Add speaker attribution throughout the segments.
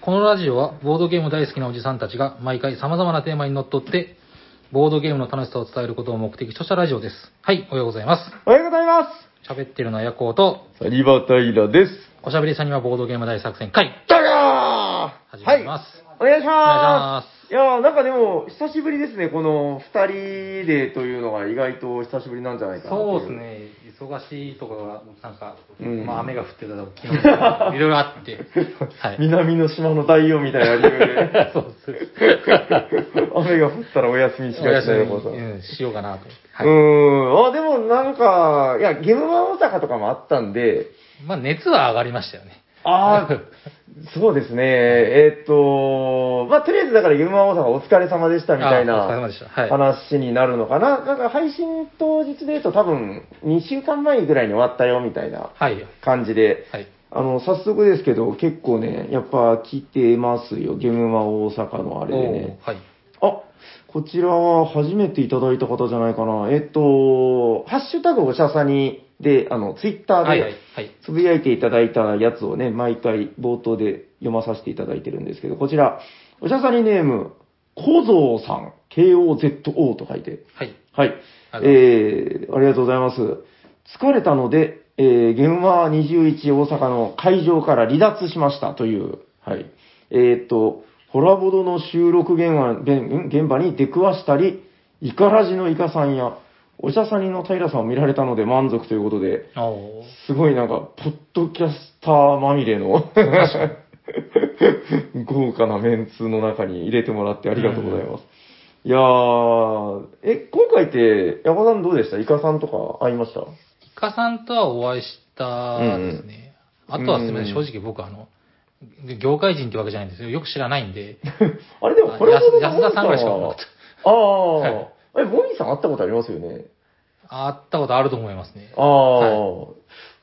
Speaker 1: このラジオはボードゲーム大好きなおじさんたちが毎回様々なテーマにのっとって、ボードゲームの楽しさを伝えることを目的としたラジオです。はい、おはようございま。
Speaker 2: おはようございます
Speaker 1: 喋ってるのはヤコウと、
Speaker 2: すサニバタイラです。
Speaker 1: おしゃべりさんにはボードゲーム大作戦会、
Speaker 2: だがー
Speaker 1: 始まります
Speaker 2: はい、お願い
Speaker 1: お願
Speaker 2: し
Speaker 1: い
Speaker 2: ま
Speaker 1: します
Speaker 2: いやー、なんかでも、久しぶりですね、この二人でというのが意外と久しぶりなんじゃないかな。
Speaker 1: そうです。ね、忙しいところが、なんか、
Speaker 2: うん
Speaker 1: まあ雨が降ってたとか、昨日と かいろいろあって、はい。
Speaker 2: 南の島の大王みたいな理由 で、
Speaker 1: そうです。
Speaker 2: 雨が降ったらお休みし
Speaker 1: お
Speaker 2: が
Speaker 1: 休
Speaker 2: ちな
Speaker 1: み
Speaker 2: よ、こさん。
Speaker 1: うんしようかなと思って。
Speaker 2: う
Speaker 1: はい。
Speaker 2: ーん。あ、でもなんか、いや、ゲームマン大阪とかもあったんで、
Speaker 1: まあ熱は上がりましたよね。
Speaker 2: あ あ、そうですね。えーっと、まあ、とりあえずだから、ゆまおさんがお疲れ様でしたみたい
Speaker 1: あお疲れ様
Speaker 2: な
Speaker 1: でしたはい
Speaker 2: 話になるのかな。なんか配信当日で言うと多分、2週間前ぐらいに終わったよみたいな
Speaker 1: はい。
Speaker 2: 感じで、
Speaker 1: はい。
Speaker 2: あの、早速ですけど、結構ね、やっぱ来てますよ。ゲームマ大阪のあれでね。
Speaker 1: おーはい。
Speaker 2: あ、こちらは初めていただいた方じゃないかな。えーっと、ハッシュタグおしゃさにで、あの、ツイッターで、
Speaker 1: はいはい。はい。
Speaker 2: つぶやいていただいたやつをね、毎回冒頭で読まさせていただいてるんですけど、こちら、おしゃさりネーム、小僧さん、KOZO と書いて、
Speaker 1: はい。
Speaker 2: はい、
Speaker 1: ありがとうございます
Speaker 2: えー、ありがとうございます。疲れたので、えー、ゲームマー21大阪の会場から離脱しましたという、はい。えーっと、ホラボドの収録現場現現場に出くわしたり、イカラジのイカさんや、おしゃさりの平さんを見られたので満足ということで、
Speaker 1: おー
Speaker 2: すごいなんか、ポッドキャスターまみれの豪華なメンツの中に入れてもらってありがとうございます。いやー、え、今回って、ヤコさんどうでしたイカさんとか会いました
Speaker 1: イカさんとはお会いしたですね。
Speaker 2: うんうん
Speaker 1: あとはすみません、
Speaker 2: うんう
Speaker 1: 正直僕あの、業界人ってわけじゃないんですよ。よく知らないんで。
Speaker 2: あれでも、これほど
Speaker 1: 安安田さんぐらいしか会わなかっ
Speaker 2: ああ、
Speaker 1: はい
Speaker 2: え、モミさん会ったことありますよね
Speaker 1: あったことあると思いますね。
Speaker 2: あ
Speaker 1: は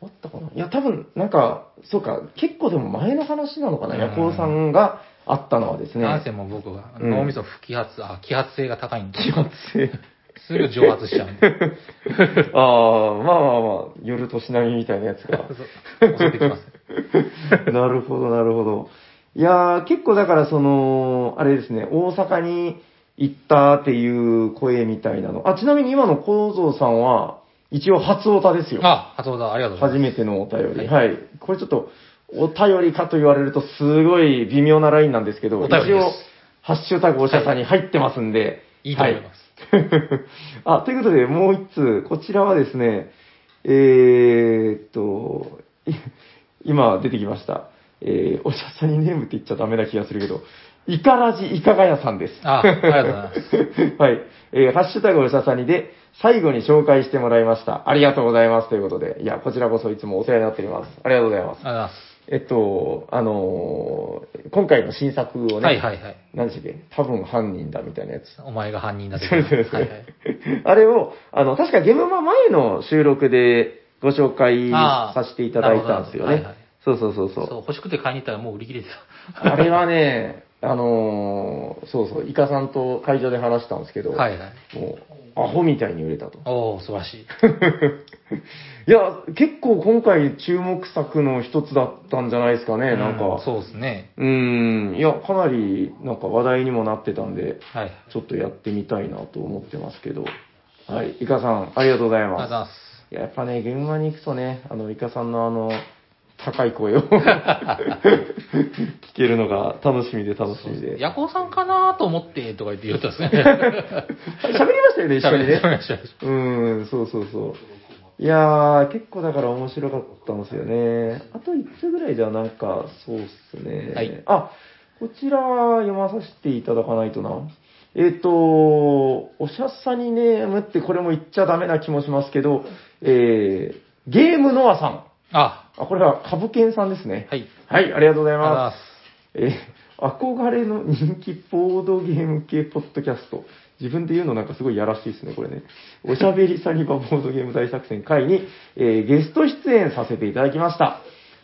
Speaker 2: あ、あったかないや、多分、なんか、そうか、結構でも前の話なのかな
Speaker 1: うん
Speaker 2: ヤコさんが会ったのはですね。
Speaker 1: なんせもう僕が
Speaker 2: うん
Speaker 1: 脳みそ不揮発、あ、揮発性が高いんで、
Speaker 2: 気圧性。
Speaker 1: すぐ蒸発しちゃ うんで、
Speaker 2: ああ、まあまあまあ、夜年並みみたいなやつ が。
Speaker 1: そう襲ってきます。
Speaker 2: なるほど、なるほど。いやー、結構だからその、あれですね、大阪に行ったっていう声みたいなの。あ、ちなみに今の構造さんは、一応初オタですよ。
Speaker 1: あ、初音だ、ありがとうござい
Speaker 2: 初
Speaker 1: ます。
Speaker 2: めてのお便り。
Speaker 1: は
Speaker 2: はい。これちょっと、お便りかと言われると、すごい微妙なラインなんですけど、
Speaker 1: お便りです
Speaker 2: 一応、ハッシュタグおしゃさんに入ってますんで。
Speaker 1: いいと思います。
Speaker 2: あ、ということで、もう一通、こちらはですね、えー、っと、 い今出てきました。えー、おしゃさにネームって言っちゃダメな気がするけど、イカラジイカガヤさんです。
Speaker 1: あ、ありがとうございます。
Speaker 2: はい。えーハッシュタグおしゃさにで、最後に紹介してもらいました。ありがとうございます。ということで、いや、こちらこそいつもお世話になっております。ありがとうございます。
Speaker 1: ありがと
Speaker 2: えっと、あのー今回の新作
Speaker 1: う
Speaker 2: を
Speaker 1: ご
Speaker 2: ね、
Speaker 1: ざいます。はいはいはい。
Speaker 2: 何でしたっけ多分犯人だみたいなやつ。
Speaker 1: お前が犯人だと
Speaker 2: それそれそ
Speaker 1: は
Speaker 2: れ
Speaker 1: いはい。
Speaker 2: あれを、あの、確かゲームマ前の収録でご紹介
Speaker 1: あー
Speaker 2: させていただいたんですよね。
Speaker 1: なるほどはいはい
Speaker 2: そうそうそうそ。
Speaker 1: そうう、欲しくて買いに行ったらもう売り切れてた。
Speaker 2: あれはね、あのーそうそう、イカさんと会場で話したんですけど、
Speaker 1: はいはい。
Speaker 2: もう、アホみたいに売れたと。
Speaker 1: おお素晴らしい。
Speaker 2: いや、結構今回注目作の一つだったんじゃないですかね、なん
Speaker 1: う
Speaker 2: か。
Speaker 1: そうですね。
Speaker 2: うーん、いや、かなり、なんか話題にもなってたんで、
Speaker 1: はい。
Speaker 2: ちょっとやってみたいなと思ってますけど。はい、イカさん、ありがとうござい
Speaker 1: ありがとうご
Speaker 2: ます
Speaker 1: ざい。ます。
Speaker 2: いや、やっぱね、現場に行くとね、あの、イカさんのあの、高 い声を、聞けるのが楽しみで楽しみで。
Speaker 1: ヤコウさんかなと思って、とか言って言ったんですね。
Speaker 2: 喋りましたよ ね、一緒にね
Speaker 1: 喋。りました喋りまし
Speaker 2: うーん、そうそうそう。いやー、結構だから面白かったんですよね。あと1つぐらいじゃなんか、そうっすね。
Speaker 1: はい
Speaker 2: あ、こちらは読まさせていただかないとな。えっ、と、おしゃさにネームってこれも言っちゃダメな気もしますけど、えー、ゲームノアさん。
Speaker 1: た あ、
Speaker 2: あ、これは、カブケンさんですね。
Speaker 1: はい。
Speaker 2: はい、ありがとうござい
Speaker 1: ありがとうござい
Speaker 2: ま。
Speaker 1: ます
Speaker 2: えー憧れの人気ボードゲーム系ポッドキャスト。自分で言うのなんかすごいやらしいですね、これね。おしゃべりサニバボードゲーム大作戦会に、えーゲスト出演させていただきました。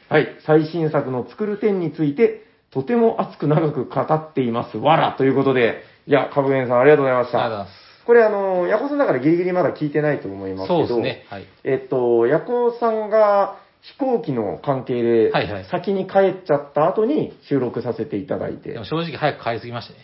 Speaker 2: はい、最新作の作る点について、とても熱く長く語っています。わらということで、いや、カブケンさんありがとうございまし
Speaker 1: す。ありがとうござい
Speaker 2: た。
Speaker 1: ます。
Speaker 2: これあの、ヤコさんだからギリギリまだ聞いてないと思いますけ
Speaker 1: そう
Speaker 2: ど、
Speaker 1: ですね。はい。
Speaker 2: えっと、ヤコウさんが飛行機の関係で
Speaker 1: はいはい、
Speaker 2: 先に帰っちゃった後に収録させていただいて。
Speaker 1: でも正直早く帰りすぎましたね。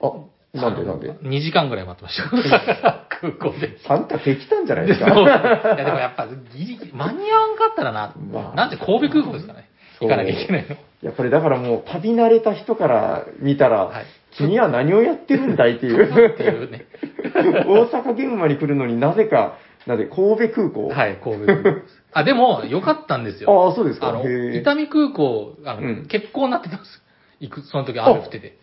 Speaker 2: あ、なんでなんで
Speaker 1: ?2 時間ぐらい待ってま した。空港で。
Speaker 2: サンタできたんじゃない
Speaker 1: で
Speaker 2: です
Speaker 1: そ
Speaker 2: か
Speaker 1: ういやでもやっぱギリギリ、間に合わんかったらな、
Speaker 2: まあ
Speaker 1: なんて神戸空港ですかね。
Speaker 2: そう
Speaker 1: 行かなきゃいけないの。
Speaker 2: いや、これだからもう旅慣れた人から見たら、
Speaker 1: はい
Speaker 2: 君は何をやってるんだいってい
Speaker 1: って
Speaker 2: う。
Speaker 1: いうね。
Speaker 2: 大阪現場に来るのになぜか、なぜ神戸空港。
Speaker 1: はい、神戸空港です。あ、でも、良かったんですよ。
Speaker 2: ああ、そうですか。
Speaker 1: あの、
Speaker 2: へえ
Speaker 1: 伊丹空港、あの、
Speaker 2: うん
Speaker 1: 欠航になってたんですよ。行く、その時雨降ってて。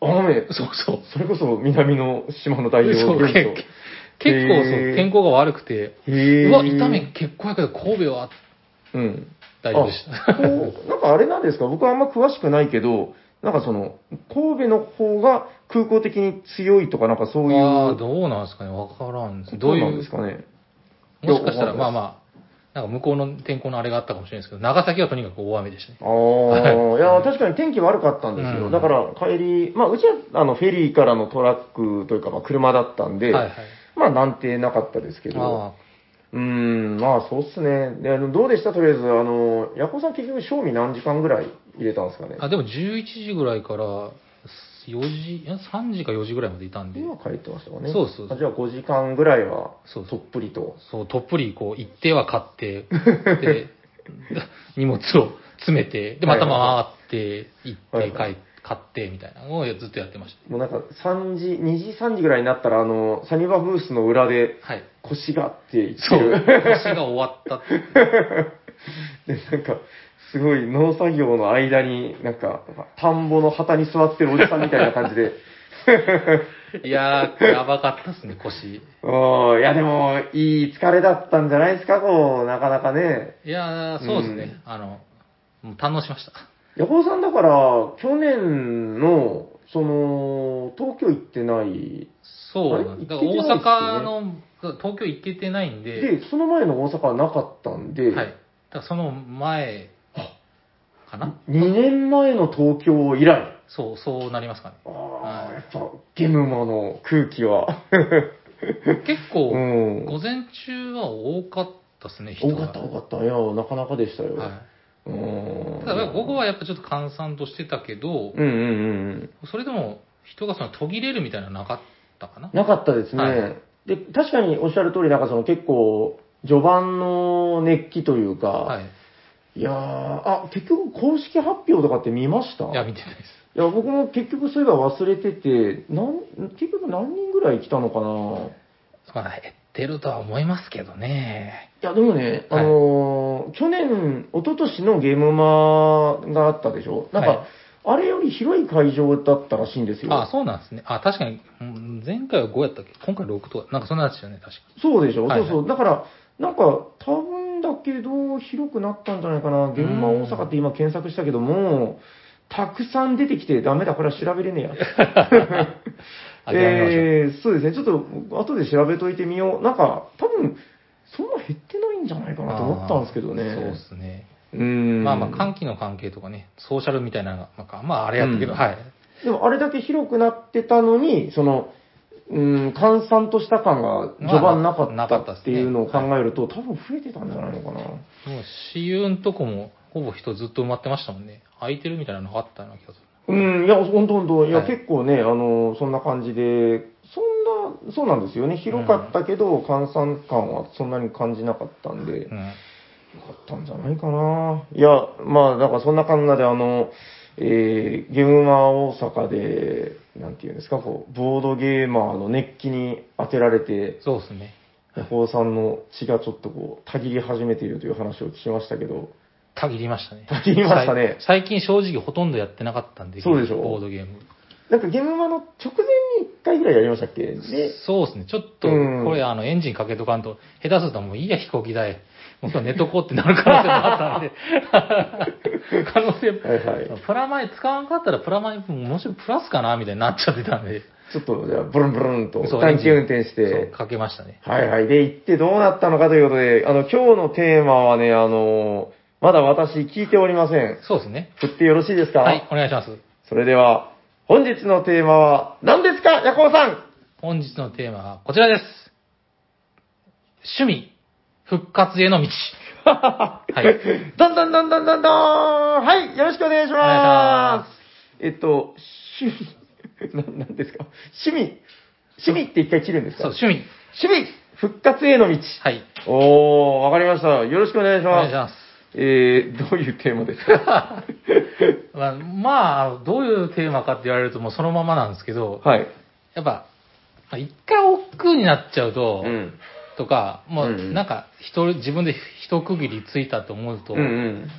Speaker 2: 雨、
Speaker 1: そうそう。
Speaker 2: それこそ南の島の代表
Speaker 1: そう
Speaker 2: 現象
Speaker 1: け結構そ
Speaker 2: へ
Speaker 1: う
Speaker 2: ー
Speaker 1: 天候が悪くて、
Speaker 2: へえ
Speaker 1: うわ、伊丹結構やけど神戸は
Speaker 2: うん。
Speaker 1: 大丈夫でし
Speaker 2: あこうなんかあれなんですか、僕はあんま詳しくないけど、なんかその、神戸の方が空港的に強いとか、なんかそうい
Speaker 1: た。 ああ、
Speaker 2: う、
Speaker 1: どうなんですかね、わからんです。
Speaker 2: ど
Speaker 1: ど
Speaker 2: う
Speaker 1: うい
Speaker 2: なんで
Speaker 1: う
Speaker 2: す、かね。
Speaker 1: もしかしたら、
Speaker 2: いや
Speaker 1: まあ
Speaker 2: わかんない
Speaker 1: まあ、なんか向こうの天候のあれがあったかもしれないですけど、長崎はとにかく大雨でしたね。
Speaker 2: ああ、いや、確かに天気悪かったんですよ。
Speaker 1: うん
Speaker 2: だから帰り、まあ、うちは、あの、フェリーからのトラックというか、まあ、車だったんで、
Speaker 1: はいはい。
Speaker 2: まあ、なんてなかったですけど、
Speaker 1: あ
Speaker 2: うーん、まあ、そうっすね。で、あのどうでしたとりあえず、あの、ヤコさん結局、賞味何時間ぐらい入れたんですかね
Speaker 1: あ、。あでも11時ぐらいから、4時、いや3時か4時ぐらいまでいたんで、
Speaker 2: 今書いてましたかね。
Speaker 1: そうそうそう
Speaker 2: あじゃあ、5時間ぐらいは
Speaker 1: そう、そ
Speaker 2: と
Speaker 1: う
Speaker 2: っぷりと。
Speaker 1: そう、とっぷり、こう、行っては買って、 で、荷物を詰めて、で、また回って、行
Speaker 2: は
Speaker 1: っ
Speaker 2: い
Speaker 1: て、
Speaker 2: は
Speaker 1: 買
Speaker 2: い
Speaker 1: い買って、みたいなのをずっとやってました。
Speaker 2: もうなんか、3時、2時、3時ぐらいになったら、あの、サニバブースの裏で、
Speaker 1: はい。
Speaker 2: 腰がって言って
Speaker 1: そう、
Speaker 2: る。
Speaker 1: 腰が終わったって。
Speaker 2: で、なんか、すごい農作業の間に、なんか、田んぼの旗に座ってるおじさんみたいな感じで、
Speaker 1: いやー、やばかったっすね、腰。
Speaker 2: おーいやでも、いい疲れだったんじゃないですか、こう、なかなかね。
Speaker 1: いやー、そうですね。あの、もう堪能しました。
Speaker 2: ヤコウさんだから、去年の、その、東京行ってない。
Speaker 1: そうなんです。
Speaker 2: あ
Speaker 1: だか
Speaker 2: れ行けてないっす
Speaker 1: ら
Speaker 2: よね
Speaker 1: 大阪の、東京行けてないんで、
Speaker 2: で、その前の大阪はなかったん
Speaker 1: は
Speaker 2: で、
Speaker 1: い。だからその前、かな
Speaker 2: 2年前の東京以来。
Speaker 1: そう、そうなりますかね。
Speaker 2: あ
Speaker 1: は
Speaker 2: あ、
Speaker 1: い
Speaker 2: やっぱ、ゲムマの空気は。
Speaker 1: 結構、
Speaker 2: うん。
Speaker 1: 午前中は多かったですね、人
Speaker 2: 多
Speaker 1: が。
Speaker 2: かった、多かった。いや、なかなかでしたよ。
Speaker 1: は
Speaker 2: うん
Speaker 1: い、ただ、午後はやっぱちょっと閑散としてたけど、
Speaker 2: うんうんうんうん。
Speaker 1: それでも人がその途切れるみたいなのはなかったかな。
Speaker 2: なかったですね。
Speaker 1: はい
Speaker 2: で、確かにおっしゃる通り、なんかその結構、序盤の熱気というか、、
Speaker 1: はいい。
Speaker 2: やー、あ、結局公式発表とかって見ました
Speaker 1: いや、見てないです。
Speaker 2: いや僕も結局そういえば忘れてて、なん結局何人ぐらい来たのかな
Speaker 1: まあ、減ってるとは思いますけどね。
Speaker 2: いや、でもね、あのー去年、一昨年のゲームマがあったでしょなんか、
Speaker 1: はい
Speaker 2: あれより広い会場だったらしいんですよ。
Speaker 1: あそうなんですね。あ、確かに、うん前回は5やったっけ今回6とか、なんかそんなやつよね、確か。
Speaker 2: そうでしょ、
Speaker 1: はいはい
Speaker 2: そうそう。だから、なんか、多分だけど、広くなったんじゃないかな。現場大阪って今検索したけども、たくさん出てきて、ダメだ、これは調べれね
Speaker 1: あ、
Speaker 2: え
Speaker 1: じゃあやめましょう。
Speaker 2: や。えー、そうですね。ちょっと、後で調べといてみよう。なんか、多分、そんな減ってないんじゃないかなと思ったんですけどね。
Speaker 1: あーそうですね。
Speaker 2: うーん。
Speaker 1: まあまあ、寒気の関係とかね、ソーシャルみたいなのが、なんか、まああれやったけど、
Speaker 2: うん
Speaker 1: はい。
Speaker 2: でも、あれだけ広くなってたのに、その、うん、閑散とした感が序盤なか
Speaker 1: まあな
Speaker 2: っ
Speaker 1: かった
Speaker 2: た
Speaker 1: っすね
Speaker 2: っていうのを考えると、多分増えてたんじゃないのかな。
Speaker 1: もう、私有のとこも、ほぼ人ずっと埋まってましたもんね。空いてるみたいなのがあったような気がする。
Speaker 2: うん、いや、ほんとほんと。いや、
Speaker 1: はい
Speaker 2: 結構ね、あの、そんな感じで、そんな、そうなんですよね。広かったけど、換算感はそんなに感じなかったんで、よ
Speaker 1: う
Speaker 2: か
Speaker 1: ん。
Speaker 2: ったんじゃないかな。いや、まあ、なんかそんな感じで、あの、えー、ゲームマー大阪で、なんていうんですか、こう、ボードゲーマーの熱気に当てられて、
Speaker 1: そうですね。
Speaker 2: ヤホーさんの血がちょっとこう、たぎり始めているという話を聞きまし たけど、
Speaker 1: たぎりましたね。
Speaker 2: たぎりましたね
Speaker 1: さい最近正直ほとんどやってなかったんで、
Speaker 2: そうでしょ
Speaker 1: ボードゲーム。
Speaker 2: なんかゲームマの直前に1回ぐらいやりましたっけで、
Speaker 1: そうですね。ちょっと、
Speaker 2: うん
Speaker 1: これ、あの、エンジンかけとかんと、下手するともういいや、飛行機代。もう今日寝とこうってなる可能性もあったん で。可能性
Speaker 2: はいはい。
Speaker 1: プラマイ使わんかったら、プラマイ、もしろプラスかなみたいになっちゃってたんで。
Speaker 2: ちょっと、じゃあ、ブルンブルンと、
Speaker 1: そう
Speaker 2: 短期運転し
Speaker 1: そう、
Speaker 2: て、
Speaker 1: かけましたね。
Speaker 2: はいはい。で、行ってどうなったのかということで、あの、今日のテーマはね、あの、まだ私聞いておりません。
Speaker 1: そうですね。
Speaker 2: 振ってよろしいですか
Speaker 1: はい、お願いします。
Speaker 2: それでは、本日のテーマは何ですか、ヤコウさん
Speaker 1: 本日 のテーマはこちらです。趣味、復活への道。はい。
Speaker 2: どんどんどんどんどんどんはい、よろしくお願いし
Speaker 1: お願いしま
Speaker 2: ますえっと、趣味、な なんですか趣味、趣味って一回切るんですか
Speaker 1: そう、趣味。
Speaker 2: 趣味、復活への道。
Speaker 1: はい。
Speaker 2: おー、わかりました。よろしくお願いし
Speaker 1: お
Speaker 2: ま
Speaker 1: 願
Speaker 2: す。
Speaker 1: いします。
Speaker 2: えー、どういうテーマで すか
Speaker 1: まあまあ、どういうテーマかって言われるともうそのままなんですけど、
Speaker 2: はい。
Speaker 1: やっぱ、まあ一回億劫になっちゃうと、
Speaker 2: うん。
Speaker 1: とか、も
Speaker 2: う
Speaker 1: うん
Speaker 2: うん
Speaker 1: なんか一人、自分で一区切りついたと思うと、
Speaker 2: うんうん。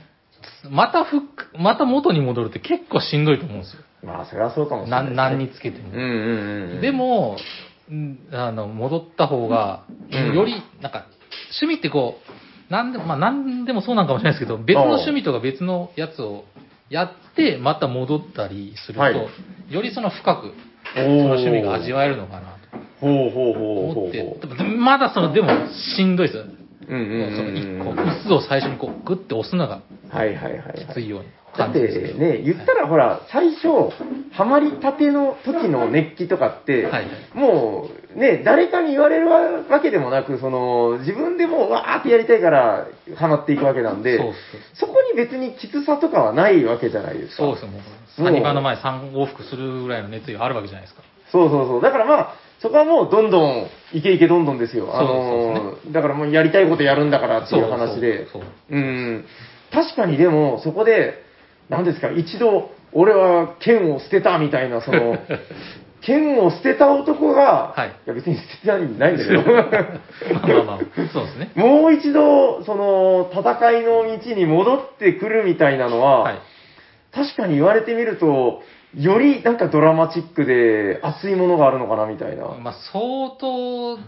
Speaker 1: また復また元に戻るって結構しんどいと思うんですよ。
Speaker 2: まあ、それはそうかもしれ
Speaker 1: な
Speaker 2: な
Speaker 1: い
Speaker 2: ですね。
Speaker 1: 何につけて
Speaker 2: うん
Speaker 1: も。
Speaker 2: うんうん。
Speaker 1: で、も、んあの、戻った方が、
Speaker 2: うん
Speaker 1: より、なんか、趣味ってこう、なんでも、まあ、なんでもそうなんかもしれないですけど、別の趣味とか別のやつをやって、また戻ったりすると、
Speaker 2: はい
Speaker 1: よりその深く、そ
Speaker 2: そ
Speaker 1: の趣味が味わえるのかな
Speaker 2: ほ
Speaker 1: と
Speaker 2: うほうほうほ
Speaker 1: 思
Speaker 2: う
Speaker 1: って
Speaker 2: ほ、
Speaker 1: でもまだその、でも、しんどいですよ。
Speaker 2: う。うんうん
Speaker 1: その
Speaker 2: うん
Speaker 1: 一
Speaker 2: う
Speaker 1: 個、
Speaker 2: ん。
Speaker 1: 薄を最初にこう、グッて押すのが
Speaker 2: はいはいはい、はい。
Speaker 1: きついように
Speaker 2: だっ
Speaker 1: 感じ
Speaker 2: て
Speaker 1: るんですけど。
Speaker 2: ね、言ったらほら、最初、ハマりたての時の熱気とかって、
Speaker 1: はい
Speaker 2: もうね、誰かに言われるわけでもなく、その、自分でもうわーってやりたいから、ハマっていくわけなんで、
Speaker 1: そう
Speaker 2: そこに別にきつさとかはないわけじゃないですか。
Speaker 1: そうですよ、もう。サニバの前3往復するぐらいの熱意があるわけじゃないですか。
Speaker 2: そうそうそう。だからまあ、そこはもうどんどん、いけいけどんどんですよ。あ
Speaker 1: そう
Speaker 2: のーだからもうやりたいことやるんだからっていう話で。
Speaker 1: そうそうそう
Speaker 2: うん。確かにでも、そこで、何ですか、一度、俺は剣を捨てたみたいな、その、 剣を捨てた男が、
Speaker 1: はい
Speaker 2: や別に捨てたんないんだけど、
Speaker 1: まあまあまあ、そうです ね。
Speaker 2: もう一度、その、戦いの道に戻ってくるみたいなのは、
Speaker 1: はい。
Speaker 2: 確かに言われてみると、よりなんかドラマチックで熱いものがあるのかなみたいな。
Speaker 1: まあ、相当好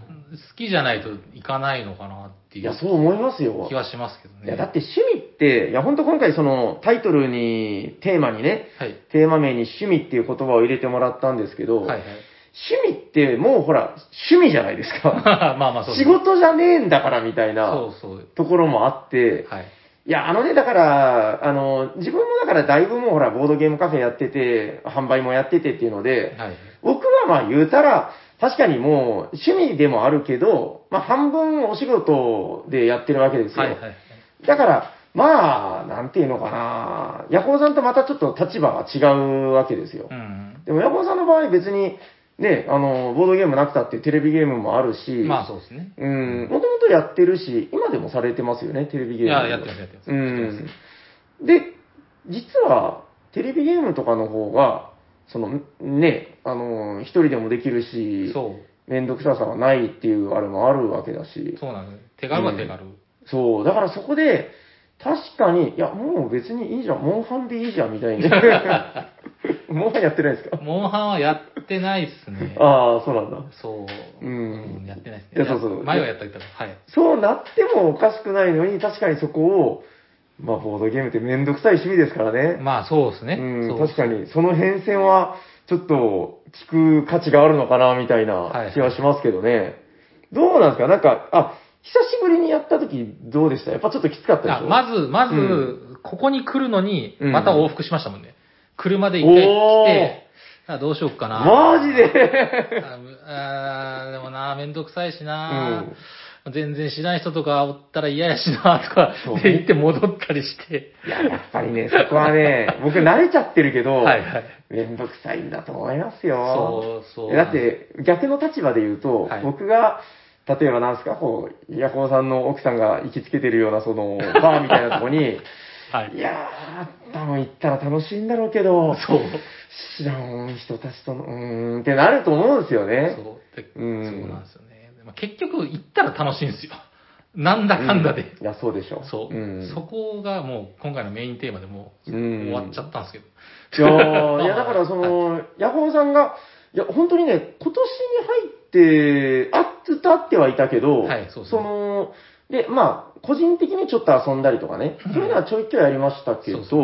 Speaker 1: きじゃないといかないのかなって
Speaker 2: い
Speaker 1: い
Speaker 2: や、
Speaker 1: う
Speaker 2: そう思いますよ。
Speaker 1: 気はしますけどね。
Speaker 2: いや、だって趣味って、いや、ほんと今回そのタイトルに、テーマにね、
Speaker 1: はい。
Speaker 2: テーマ名に趣味っていう言葉を入れてもらったんですけど、
Speaker 1: はいはい。
Speaker 2: 趣味ってもうほら、趣味じゃないですか。
Speaker 1: まあまあ、そう
Speaker 2: 仕
Speaker 1: そう
Speaker 2: 事じゃねえんだからみたいな
Speaker 1: そう
Speaker 2: ところもあって、
Speaker 1: はい。
Speaker 2: いや、あのね、だから、あの、自分もだからだいぶもうほら、ボードゲームカフェやってて、販売もやっててっていうので、
Speaker 1: はい。
Speaker 2: 僕はまあ言うたら、確かにもう趣味でもあるけど、まあ半分お仕事でやってるわけですよ。
Speaker 1: はいはい。
Speaker 2: だから、まあ、なんていうのかな、ヤコウさんとまたちょっと立場が違うわけですよ
Speaker 1: う。ん。
Speaker 2: でもヤコウさんの場合別に、ね、あの、ボードゲームなくたってテレビゲームもあるし、
Speaker 1: まあ、そうですね。
Speaker 2: うん、もともとやってるし、今でもされてますよね、テレビ
Speaker 1: い
Speaker 2: ゲーム。
Speaker 1: や、やってます、やってます。
Speaker 2: う
Speaker 1: やって
Speaker 2: ん。で、実は、テレビゲームとかの方が、その、ね、あの、一人でもできる
Speaker 1: ます
Speaker 2: し、
Speaker 1: そう。
Speaker 2: めんどくささはないっていうあれもあるわけだし、
Speaker 1: そうなんです。手軽は手軽。
Speaker 2: そう、だからそこで、確かに、いや、もう別にいいじゃん、モンハンでいいじゃん、みたいに。 モンハンやってないですか
Speaker 1: モンハンはやってないっすね。
Speaker 2: ああ、そうなんだ。
Speaker 1: そう。
Speaker 2: うん
Speaker 1: やってないっす
Speaker 2: い
Speaker 1: ね。
Speaker 2: やそうそう
Speaker 1: 前はやったけど、はい。
Speaker 2: そうなってもおかしくないのに、確かにそこを、まあ、ボードゲームってめんどくさい趣味ですからね。
Speaker 1: まあ、そうですね。
Speaker 2: う
Speaker 1: そ
Speaker 2: ん、
Speaker 1: う
Speaker 2: 確かに、その変遷は、ちょっと、聞く価値があるのかな、みたい
Speaker 1: は
Speaker 2: ない気はしますけどね。どうなんですかなんか、あ、久しぶりにやった時どうでしたやっぱちょっときつかったでし
Speaker 1: あ
Speaker 2: ょ
Speaker 1: まず、まず、
Speaker 2: う
Speaker 1: ここに来るのに、
Speaker 2: うん
Speaker 1: また往復しましたもんね。車で一回来
Speaker 2: お
Speaker 1: て、あどうしようかな。
Speaker 2: マジで
Speaker 1: ああーでもな、めんどくさいしな、
Speaker 2: うん
Speaker 1: 全然知らない人とかおったら嫌やしな、とか
Speaker 2: そう、
Speaker 1: で行って戻ったりして。
Speaker 2: いや、やっぱりね、そこはね、僕慣れちゃってるけど、
Speaker 1: はいはい。
Speaker 2: めんどくさいんだと思いますよ。
Speaker 1: そうそう。
Speaker 2: だっ、て、逆の立場で言うと、
Speaker 1: はい
Speaker 2: 僕が、例えばなんですか、こう、ヤコウさんの奥さんが行きつけてるような、その、バーみたいなとこに、
Speaker 1: はい
Speaker 2: い。やー、多分行ったら楽しいんだろうけど、
Speaker 1: そう。
Speaker 2: 知らん人たちとの、うーんってなると思うんですよね。
Speaker 1: そうで
Speaker 2: うん
Speaker 1: そうなんですよね。まあ、結局、行ったら楽しいんですよ。 なんだかんだで。
Speaker 2: いや、そうでしょ。
Speaker 1: そう、
Speaker 2: ん
Speaker 1: そこがもう今回のメインテーマでもう
Speaker 2: うん
Speaker 1: 終わっちゃったんですけど。
Speaker 2: いやーいやだから その、ヤホーさんが、いや、本当にね、今年に入って、あっつとあってはいたけど、
Speaker 1: はいそうですね
Speaker 2: の、で、まあ、個人的にちょっと遊んだりとかね、そういうのはちょいちょいやりましたけど、
Speaker 1: そう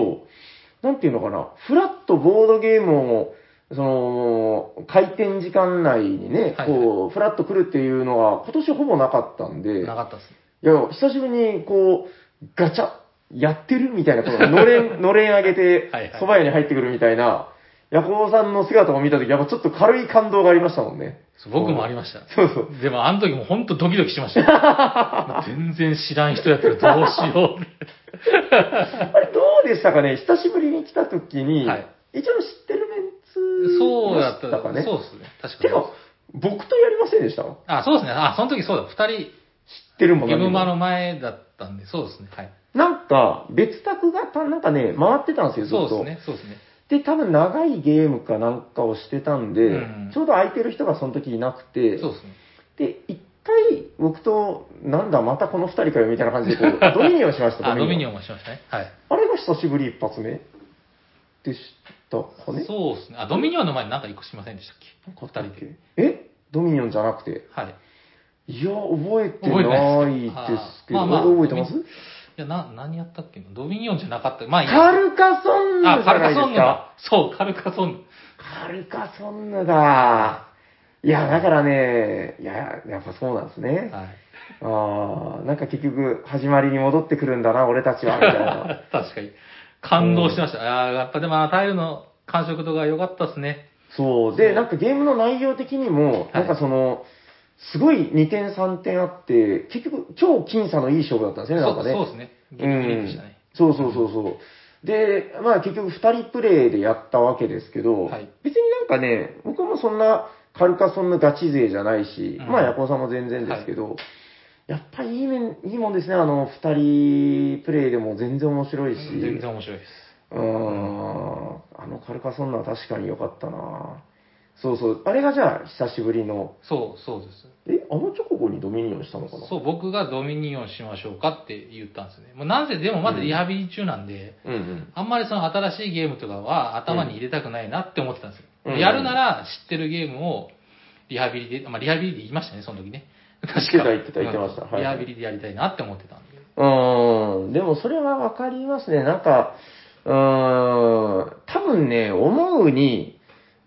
Speaker 1: そ
Speaker 2: なんていうのかな、フラットボードゲームを、その、回転時間内にね、
Speaker 1: はい
Speaker 2: こう、フラッと来るっていうのが、今年ほぼなかったんで、
Speaker 1: なかったですね。
Speaker 2: いや、久しぶりに、こう、ガ チャ、やってるみたいな、この、のれん、のれん上げて
Speaker 1: はいはい、
Speaker 2: 蕎麦屋に入ってくるみたいな、いヤコボさんの姿を見たとき、やっぱちょっと軽い感動がありましたもんね。
Speaker 1: そう僕もありました。
Speaker 2: そうそう。
Speaker 1: でも、あの時も本当ドキドキしま した。全然知らん人やったらどうしようって。
Speaker 2: あれ、どうでしたかね久しぶりに来たときに、
Speaker 1: はい
Speaker 2: 一応知ってるメンツ
Speaker 1: そうやった
Speaker 2: でしたかね。
Speaker 1: そうですね。確か
Speaker 2: て
Speaker 1: に。
Speaker 2: か、僕とやりませんでした知っ
Speaker 1: あ、そうですね。あ、その時そうだ。二人、
Speaker 2: てるもん
Speaker 1: ゲブ
Speaker 2: 何も
Speaker 1: マの前だったんで、そうですね。はい。
Speaker 2: なんか、別宅がた、なんかね、回ってたんですよ、ずっ
Speaker 1: そ
Speaker 2: と。
Speaker 1: うですね。そうですね。
Speaker 2: で、多分長いゲームかなんかをしてたんで、
Speaker 1: うん
Speaker 2: ちょうど空いてる人がその時いなくて、
Speaker 1: そうですね。
Speaker 2: で、一回、僕と、なんだ、またこの二人かよ、みたいな感じで、こう、ドミニオンしました、
Speaker 1: あ、ドミニオ
Speaker 2: ン。
Speaker 1: ンもしましたね。はい。
Speaker 2: あれが久しぶり一発目でしたかね
Speaker 1: そうですね。あ、ドミニオンの前になんか一個しませんでしたっけ
Speaker 2: なんかあったっけえドミニオンじゃなくて。
Speaker 1: はい。
Speaker 2: いや、覚えて
Speaker 1: 覚えて
Speaker 2: な
Speaker 1: ないい
Speaker 2: で
Speaker 1: ですす
Speaker 2: けど、
Speaker 1: あーまあまあ
Speaker 2: 覚えてます
Speaker 1: ドミいや、な、何やったっけなドミニオンじゃなかった。まあいい
Speaker 2: カ
Speaker 1: や。
Speaker 2: ルカソンヌ
Speaker 1: あ、
Speaker 2: じ
Speaker 1: カ
Speaker 2: ゃ
Speaker 1: ル
Speaker 2: な
Speaker 1: カ
Speaker 2: いで
Speaker 1: ソン
Speaker 2: す
Speaker 1: ヌ
Speaker 2: か。
Speaker 1: だ。そう、カルカソンヌ。
Speaker 2: カルカソンヌだ。いや、だからね、いや、やっぱそうなんですね。
Speaker 1: はい。
Speaker 2: ああ、なんか結局、始まりに戻ってくるんだな、俺たちは、みたいな。
Speaker 1: 確かに。感動しました。ああ、やっぱでもあのタイルの感触とか良かったですね。
Speaker 2: そう。で、なんかゲームの内容的にも、
Speaker 1: は
Speaker 2: ないんかその、すごい2点3点あって、結局、超僅差のいい勝負だったんです
Speaker 1: そ
Speaker 2: ね、
Speaker 1: う
Speaker 2: なんかね。
Speaker 1: そうですね。ギ
Speaker 2: う
Speaker 1: リギリでした
Speaker 2: ん
Speaker 1: ね。。
Speaker 2: そうそうそうそう。で、まあ結局2人プレイでやったわけですけど、
Speaker 1: はい
Speaker 2: 別になんかね、僕もそんな、カルカソンのガチ勢じゃないし、
Speaker 1: うん
Speaker 2: まあヤコウさんも全然ですけど、やっぱいい面、いいもんですね、あの、2人プレイでも全然面白いし、
Speaker 1: 全然面白いです。
Speaker 2: うーんあのカルカソンヌは確かに良かったなそうそう。あれがじゃあ、久しぶりの。
Speaker 1: そう、そうです。
Speaker 2: え、あの直後にドミニオンしたのかな
Speaker 1: そう、僕がドミニオンしましょうかって言ったんですね。もうなんせでもまだリハビリ中なんで、
Speaker 2: うんうん。
Speaker 1: あんまりその新しいゲームとかは頭に入れたくないなって思ってたんですよ。
Speaker 2: うん
Speaker 1: やるなら知ってるゲームをリハビリで、まあリハビリで言いましたね、その時 ね。確か
Speaker 2: 言ってた言ってた言ってました
Speaker 1: うん
Speaker 2: はい
Speaker 1: リハビリでやりたいなって思ってたんで。
Speaker 2: うーん、でもそれはわかりますね。なんか、うーん、多分ね、思うに、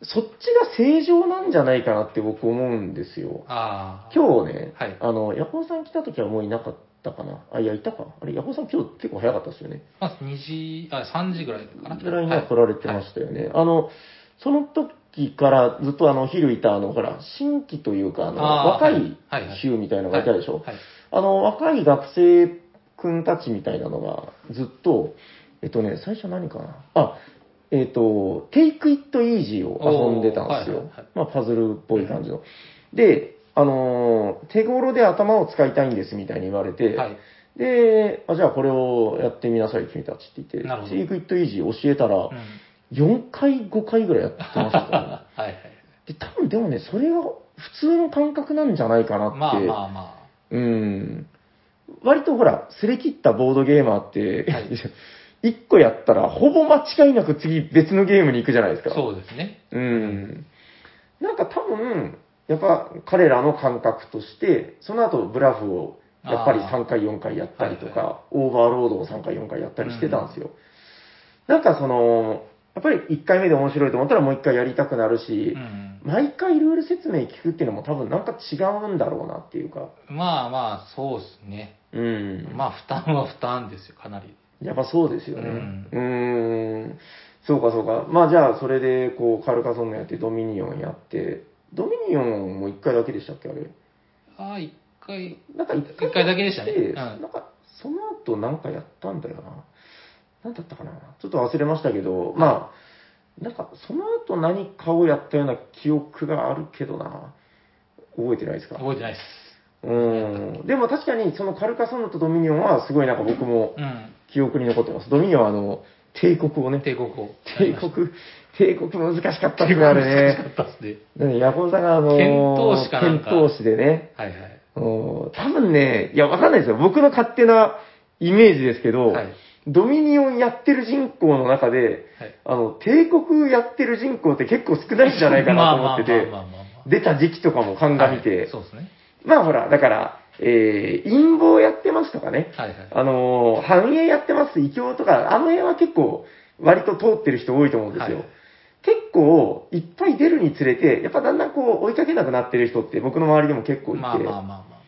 Speaker 2: そっちが正常なんじゃないかなって僕思うんですよ。
Speaker 1: ああ。
Speaker 2: 今日ね、
Speaker 1: はい
Speaker 2: あの、ヤコウさん来た時はもういなかったかな。あ、いや、いたか。あれ、ヤコウさん今日結構早かったですよね。
Speaker 1: まあ、2時、あ、3時ぐらいかな。
Speaker 2: ぐらいには来られてましたよね。あの、その時からずっとあの、昼いたあの、ほら、新規というか、あの、
Speaker 1: あー
Speaker 2: 若い
Speaker 1: はいはいはい
Speaker 2: 衆みたいなのがいたでしょ、
Speaker 1: はい。
Speaker 2: あの、若い学生くんたちみたいなのがずっと、えっとね、最初何かなあ、えっと、Take It Easy を遊んでたんですよ。
Speaker 1: おーはいはいはい
Speaker 2: まあ、パズルっぽい感じの。で、あのー手頃で頭を使いたいんですみたいに言われて、
Speaker 1: はい。
Speaker 2: であ、じゃあこれをやってみなさい、君たちって言って、
Speaker 1: なるほど
Speaker 2: Take It Easy 教えたら、
Speaker 1: うん
Speaker 2: 4回、5回ぐらいやってましたね、
Speaker 1: はいはい。
Speaker 2: で、多分でもね、それが普通の感覚なんじゃないかなって。
Speaker 1: まあまあま
Speaker 2: うん。割とほら、すり切ったボードゲーマーって、
Speaker 1: はい
Speaker 2: 一個やったら、ほぼ間違いなく次別のゲームに行くじゃないです
Speaker 1: あ。
Speaker 2: か。
Speaker 1: そうですね。
Speaker 2: うん。なんか多分、やっぱ彼らの感覚として、その後ブラフをやっぱり
Speaker 1: あー
Speaker 2: 3回4回やったりとか、
Speaker 1: はい
Speaker 2: オーバーロードを3回4回やったりしてたんですよ。なんかその、やっぱり1回目で面白いと思ったらもう1回やりたくなるし
Speaker 1: う、ん。
Speaker 2: 毎回ルール説明聞くっていうのも多分なんか違うんだろうなっていうか。
Speaker 1: まあまあ、そうですね。
Speaker 2: うん。
Speaker 1: まあ、負担は負担ですよ、かなり。
Speaker 2: やっぱそうですよね。
Speaker 1: うん
Speaker 2: うーん。そうかそうか。まあじゃあ、それで、こう、カルカソンヌやって、ドミニオンやって、ドミニオンも一回だけでしたっけ、あれ。
Speaker 1: ああ、一回、
Speaker 2: なんか一回
Speaker 1: 一回だけでしたねうん
Speaker 2: なんか、その後なんかやったんだよな。なんだったかな。ちょっと忘れましたけど、まあ、なんか、その後何かをやったような記憶があるけどな。覚えてないですか
Speaker 1: 覚えてないです。
Speaker 2: うん。でも確かに、そのカルカソンヌとドミニオンは、すごいなんか僕も
Speaker 1: うん。
Speaker 2: 記憶に残ってます。ドミニオンは、あの、帝国をね、
Speaker 1: 帝国を。
Speaker 2: 帝国、帝国難しかったっ
Speaker 1: 帝
Speaker 2: す
Speaker 1: 国
Speaker 2: ね、
Speaker 1: が
Speaker 2: あれ
Speaker 1: 難しか
Speaker 2: ね。
Speaker 1: ったですね。
Speaker 2: ねヤコウさんが、あのー、
Speaker 1: 剣闘士かなんか
Speaker 2: 剣闘士でね、
Speaker 1: はいはい。
Speaker 2: あのー多分ね、いや、わかんないですよ。僕の勝手なイメージですけど、
Speaker 1: はい。はい。
Speaker 2: ドミニオンやってる人口の中で、あの、帝国やってる人口って結構少ないんじゃないかなと思ってて
Speaker 1: ま、あまあまあまあまあ
Speaker 2: 出た時期とかも
Speaker 1: まあ。
Speaker 2: 鑑みて、
Speaker 1: はいそうですね。
Speaker 2: まあほら、だから、えー、陰謀やってますとかね、
Speaker 1: はいはい。
Speaker 2: あのー繁栄やってます、異教とか、あの辺は結構、割と通ってる人多いと思うんですよ。
Speaker 1: はい
Speaker 2: 結構、いっぱい出るにつれて、やっぱだんだんこう、追いかけなくなってる人って、僕の周りでも結構いて、
Speaker 1: まあまあまあまあ。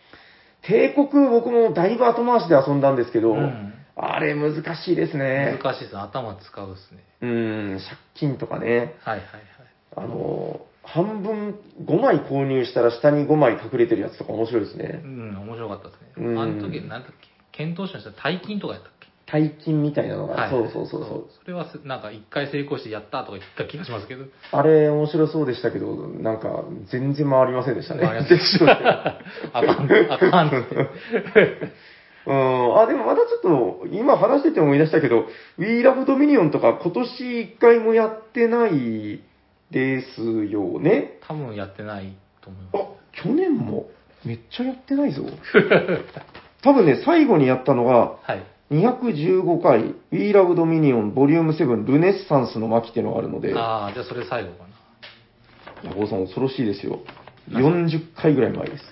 Speaker 2: 帝国、僕もだいぶ後回しで遊んだんですけど、
Speaker 1: うん
Speaker 2: あれ難しいですね。
Speaker 1: 難しいですね。頭使うですね。
Speaker 2: うーん、借金とかね。
Speaker 1: はいはいはい。
Speaker 2: あの、半分5枚購入したら下に5枚隠れてるやつとか面白いですね
Speaker 1: う。ん、面白かったですね。
Speaker 2: うん
Speaker 1: あの時、なんだっけ、検討士の人は大金とかやったっけ
Speaker 2: 大金みたいなのが、そうそうそうそう。
Speaker 1: それはす、なんか一回成功してやったとか言った気がしますけど。
Speaker 2: あれ面白そうでしたけど、なんか全然回りませんでしたね。
Speaker 1: 回りませんで あかん、あかんって。
Speaker 2: うん。あ、でもまたちょっと、今話してて思い出したけど、We Love Dominion とか今年一回もやってないですよね。
Speaker 1: 多分やってないと思い
Speaker 2: あ
Speaker 1: ま、
Speaker 2: 去年もめっちゃやってないぞ。 多分ね、最後にやったのが、
Speaker 1: す。はい。
Speaker 2: 215回 We Love Dominion Vol. 7ルネッサンスの巻っていうのがあるので、ヤ
Speaker 1: ああ、じゃあそれ最後かな。
Speaker 2: コウさん恐ろしいですよ。40回ぐらい前 です。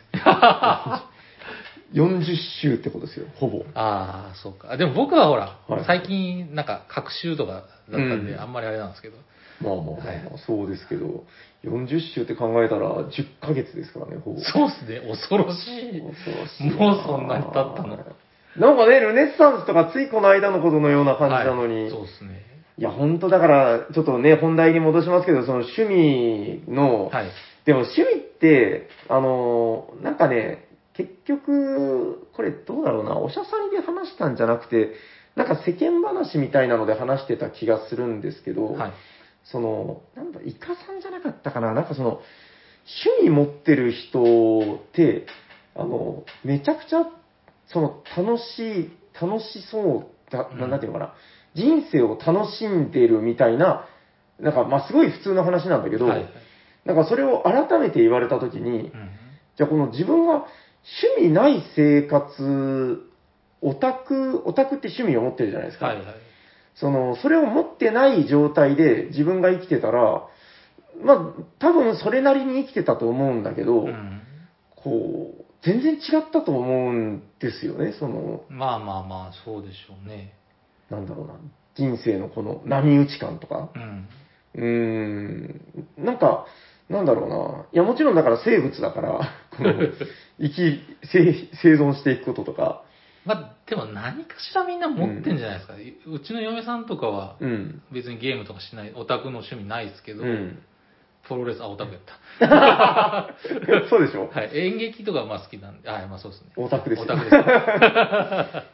Speaker 2: 40週ってことですよ、ほぼ。
Speaker 1: ああ、そうか。でも僕はほら、
Speaker 2: はい
Speaker 1: 最近、なんか、学習とかだったんで、
Speaker 2: うん
Speaker 1: あんまりあれなんですけど。
Speaker 2: まあまあまあまあ、そうですけど、40週って考えたら10ヶ月ですからね、ほぼ。
Speaker 1: そうっすね、恐ろしい。
Speaker 2: 恐ろし
Speaker 1: もうそんなに経ったの
Speaker 2: なんかね、ルネッサンスとかついこの間のことのような感じなのに。
Speaker 1: はいそうっすね。
Speaker 2: いや、本当だから、ちょっとね、本題に戻しますけど、その趣味の、
Speaker 1: はい。
Speaker 2: でも趣味って、あのー、なんかね、結局、これどうだろうな、おしゃさりで話したんじゃなくて、なんか世間話みたいなので話してた気がするんですけど、
Speaker 1: はい。
Speaker 2: その、なんだ、イカさんじゃなかったかな、なんかその、趣味持ってる人って、あの、めちゃくちゃ、その、楽しい、楽しそうだ、な
Speaker 1: うん
Speaker 2: なんていうのかな、人生を楽しんでるみたいな、なんか、まあ、すごい普通の話なんだけど、
Speaker 1: はい。
Speaker 2: なんかそれを改めて言われたときに
Speaker 1: う、ん
Speaker 2: じゃあこの自分が趣味ない生活、オタク、オタクって趣味を持ってるじゃないですか。
Speaker 1: はいはい。
Speaker 2: その、それを持ってない状態で自分が生きてたら、まあ、多分それなりに生きてたと思うんだけど、
Speaker 1: うん
Speaker 2: こう、全然違ったと思うんですよね、その、
Speaker 1: まあまあまあ、そうでしょうね。
Speaker 2: なんだろうな、人生のこの波打ち感とか。
Speaker 1: うん。
Speaker 2: うーん、なんか、なんだろうな。いや、もちろんだから生物だ から、この、生き、生、生存していくこととか、
Speaker 1: まあ、でも何かしらみんな持ってんじゃないですか。うちの嫁さんとかは、
Speaker 2: うん、
Speaker 1: 別にゲームとかしない、オタクの趣味ないですけど、
Speaker 2: うん。
Speaker 1: プロレス、あ、オタクやった。
Speaker 2: そうでしょ
Speaker 1: はい、演劇とかまあ好きなんで、あ、まあそうですね。
Speaker 2: オタクですよ
Speaker 1: オタク です。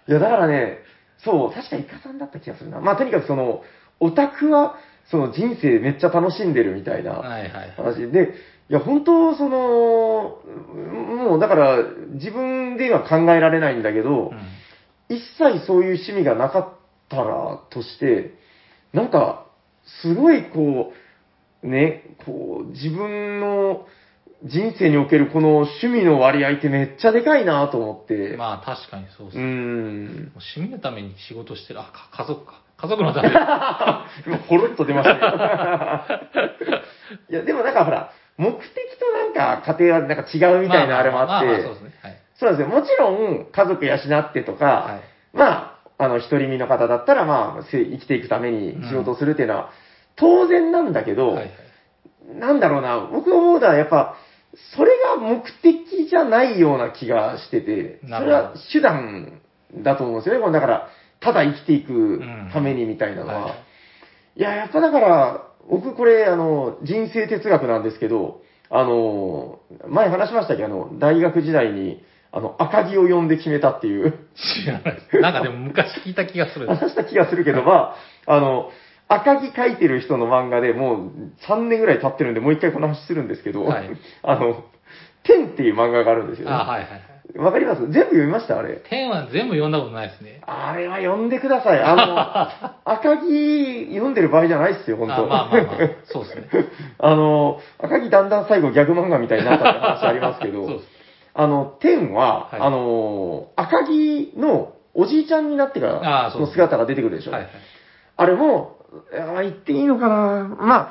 Speaker 2: いや、だからね、そう、確かイカさんだった気がするな。まあ、とにかくその、オタクは、その人生めっちゃ楽しんでるみたいな
Speaker 1: はいはい。
Speaker 2: 話で、いや、本当、その、うんもうだから、自分では考えられないんだけど、
Speaker 1: う
Speaker 2: 一切そういう趣味がなかったらとして、なんか、すごいこう、ね、こう、自分の人生におけるこの趣味の割合ってめっちゃでかいなと思って、
Speaker 1: ん、まあ確かにそうです
Speaker 2: うー
Speaker 1: ね。
Speaker 2: ん。
Speaker 1: もう趣味のために仕事してる。あ、か家族か。家族のために。は
Speaker 2: 今、ほろっと出ましたね。いや、でもなんかほら、目的となんか家庭はなんか違う みたいなあれもあっ
Speaker 1: まあまあまあまあ
Speaker 2: て
Speaker 1: そう、ですね。はい。
Speaker 2: そうなんですよ。もちろん、家族養ってとか、
Speaker 1: はい
Speaker 2: まあ、あの、独り身の方だったら、まあ、せ生きていくために仕事をするっていうのは、当然なんだけど、
Speaker 1: はいはい。
Speaker 2: なんだろうな、僕が思うのはやっぱ、それが目的じゃないような気がしてて、そ
Speaker 1: なるほど
Speaker 2: れは手段だと思うんですよね。このだから、ただ生きていくためにみたいなのは。
Speaker 1: はい
Speaker 2: いや、やっぱだから、僕これ、あの、人生哲学なんですけど、あの、前話しましたけど、あの、大学時代に、あの、赤木を呼んで決めたっていう、
Speaker 1: 知らないです。なんかでも昔聞いた気がす る。
Speaker 2: 話した気がするけど、まあ、あの、赤木書いてる人の漫画でもう3年ぐらい経ってるんで、もう一回この話するんですけど、
Speaker 1: はい
Speaker 2: あの、天っていう漫画があるんですよ、ね。
Speaker 1: あ、
Speaker 2: わ、
Speaker 1: はいはいはい。
Speaker 2: かります全部読みましたあれ。
Speaker 1: 天は全部読んだことないですね。
Speaker 2: あれは読んでください。あの、赤木読んでる場合じゃないっすよ、
Speaker 1: あ
Speaker 2: 本
Speaker 1: ま
Speaker 2: 当
Speaker 1: あまあまあ、そうですね。
Speaker 2: あの、赤木だんだん最後ギャグ漫画みたいになったって話ありますけ ど、
Speaker 1: そうです。
Speaker 2: あの、天は、
Speaker 1: はい
Speaker 2: あの、赤木のおじいちゃんになってか
Speaker 1: あー
Speaker 2: ら
Speaker 1: そうで
Speaker 2: の
Speaker 1: す
Speaker 2: 姿が出てくるでしょ。
Speaker 1: はいはい。
Speaker 2: あれも、あー言っていいのかなまあ、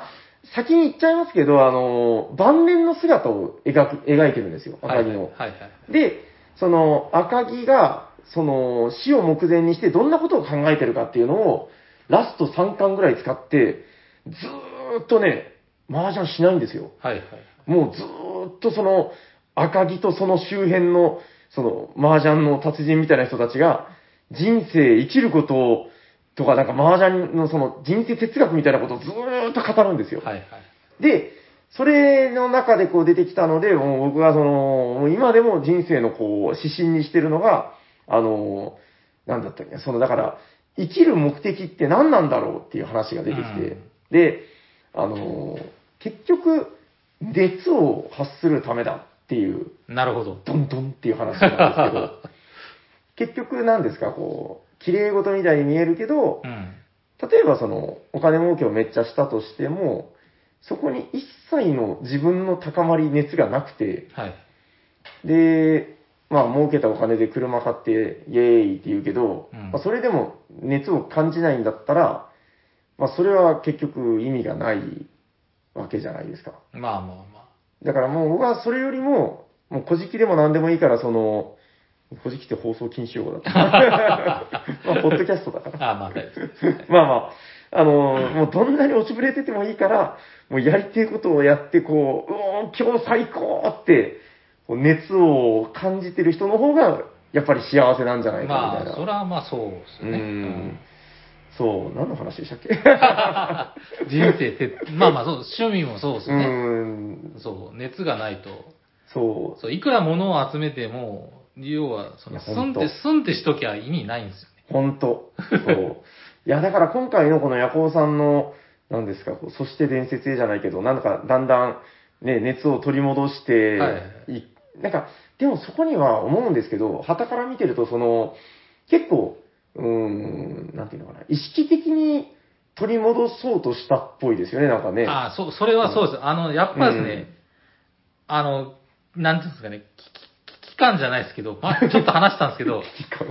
Speaker 2: 先に言っちゃいますけど、あの、晩年の姿を描く、描いてるんですよ、
Speaker 1: はいは
Speaker 2: 赤
Speaker 1: い
Speaker 2: 木の。
Speaker 1: はいはい。
Speaker 2: で、その、赤木が、その、死を目前にしてどんなことを考えてるかっていうのを、ラスト3巻ぐらい使って、ずーっとね、麻雀しないんですよ。
Speaker 1: はいはい。
Speaker 2: もうずーっとその、赤木とその周辺の、その、麻雀の達人みたいな人たちが、人生、生きることを、とか、なんか麻雀のその人生哲学みたいなことをずーっと語るんですよ。
Speaker 1: はいはい。
Speaker 2: で、それの中でこう出てきたので、もう僕はその、もう今でも人生のこう、指針にしてるのが、あの、なんだったっけ、そのだから、生きる目的って何なんだろうっていう話が出てきて、
Speaker 1: うん
Speaker 2: で、あの、結局、熱を発するためだっていう、
Speaker 1: なるほど。
Speaker 2: ドンドンっていう話なんですけど、結局何ですか、こう、綺麗事みたいに見えるけど
Speaker 1: う、ん。
Speaker 2: 例えばその、お金儲けをめっちゃしたとしても、そこに一切の自分の高まり熱がなくて、
Speaker 1: はい。
Speaker 2: で、まあ儲けたお金で車買って、イエーイって言うけど、
Speaker 1: うん
Speaker 2: まあそれでも熱を感じないんだったら、まあそれは結局意味がないわけじゃないですか。
Speaker 1: まあまあま
Speaker 2: だからもう僕はそれよりも、もう小じきでも何でもいいから、その、小じきって放送禁止用 語だった。まあ、ポッドキャストだから。
Speaker 1: あ。ああ、まあ大丈夫です。
Speaker 2: まあまあ、あのーもうどんなに落ちぶれててもいいから、もうやりてえことをやって、こう、うおー今日最高って、こう熱を感じてる人の方が、やっぱり幸せなんじゃないか
Speaker 1: ま
Speaker 2: みたい
Speaker 1: あ、
Speaker 2: な。
Speaker 1: それはまあそうです
Speaker 2: う
Speaker 1: よね。うん
Speaker 2: ん。そう、何の話でしたっ け
Speaker 1: 人生って、まあまあそう、趣味もそうです
Speaker 2: う
Speaker 1: よね。
Speaker 2: ん。
Speaker 1: そう、熱がないと。
Speaker 2: そ
Speaker 1: そう、いくら物を集めても、要は、そ
Speaker 2: い
Speaker 1: の、
Speaker 2: や
Speaker 1: スンっ
Speaker 2: ほ
Speaker 1: て
Speaker 2: んと、
Speaker 1: スンってしときゃ意味ないんですよね。
Speaker 2: う、本当そう。いや、だから今回のこの夜行さんの、何ですか、こうそして伝説へじゃないけど、なんだかだんだん、ね、熱を取り戻して、
Speaker 1: はい
Speaker 2: いなんか、でもそこには思うんですけど、旗から見てると、その、結構、うーん、なんていうのかな、意識的に取り戻そうとしたっぽいですよね、なんかね。
Speaker 1: ああ、そう、それはそうです。あの、やっぱですね、
Speaker 2: うん
Speaker 1: あの、なんていうんですかね、きき期間じゃないですけど、まあ、ちょっと話したんですけど、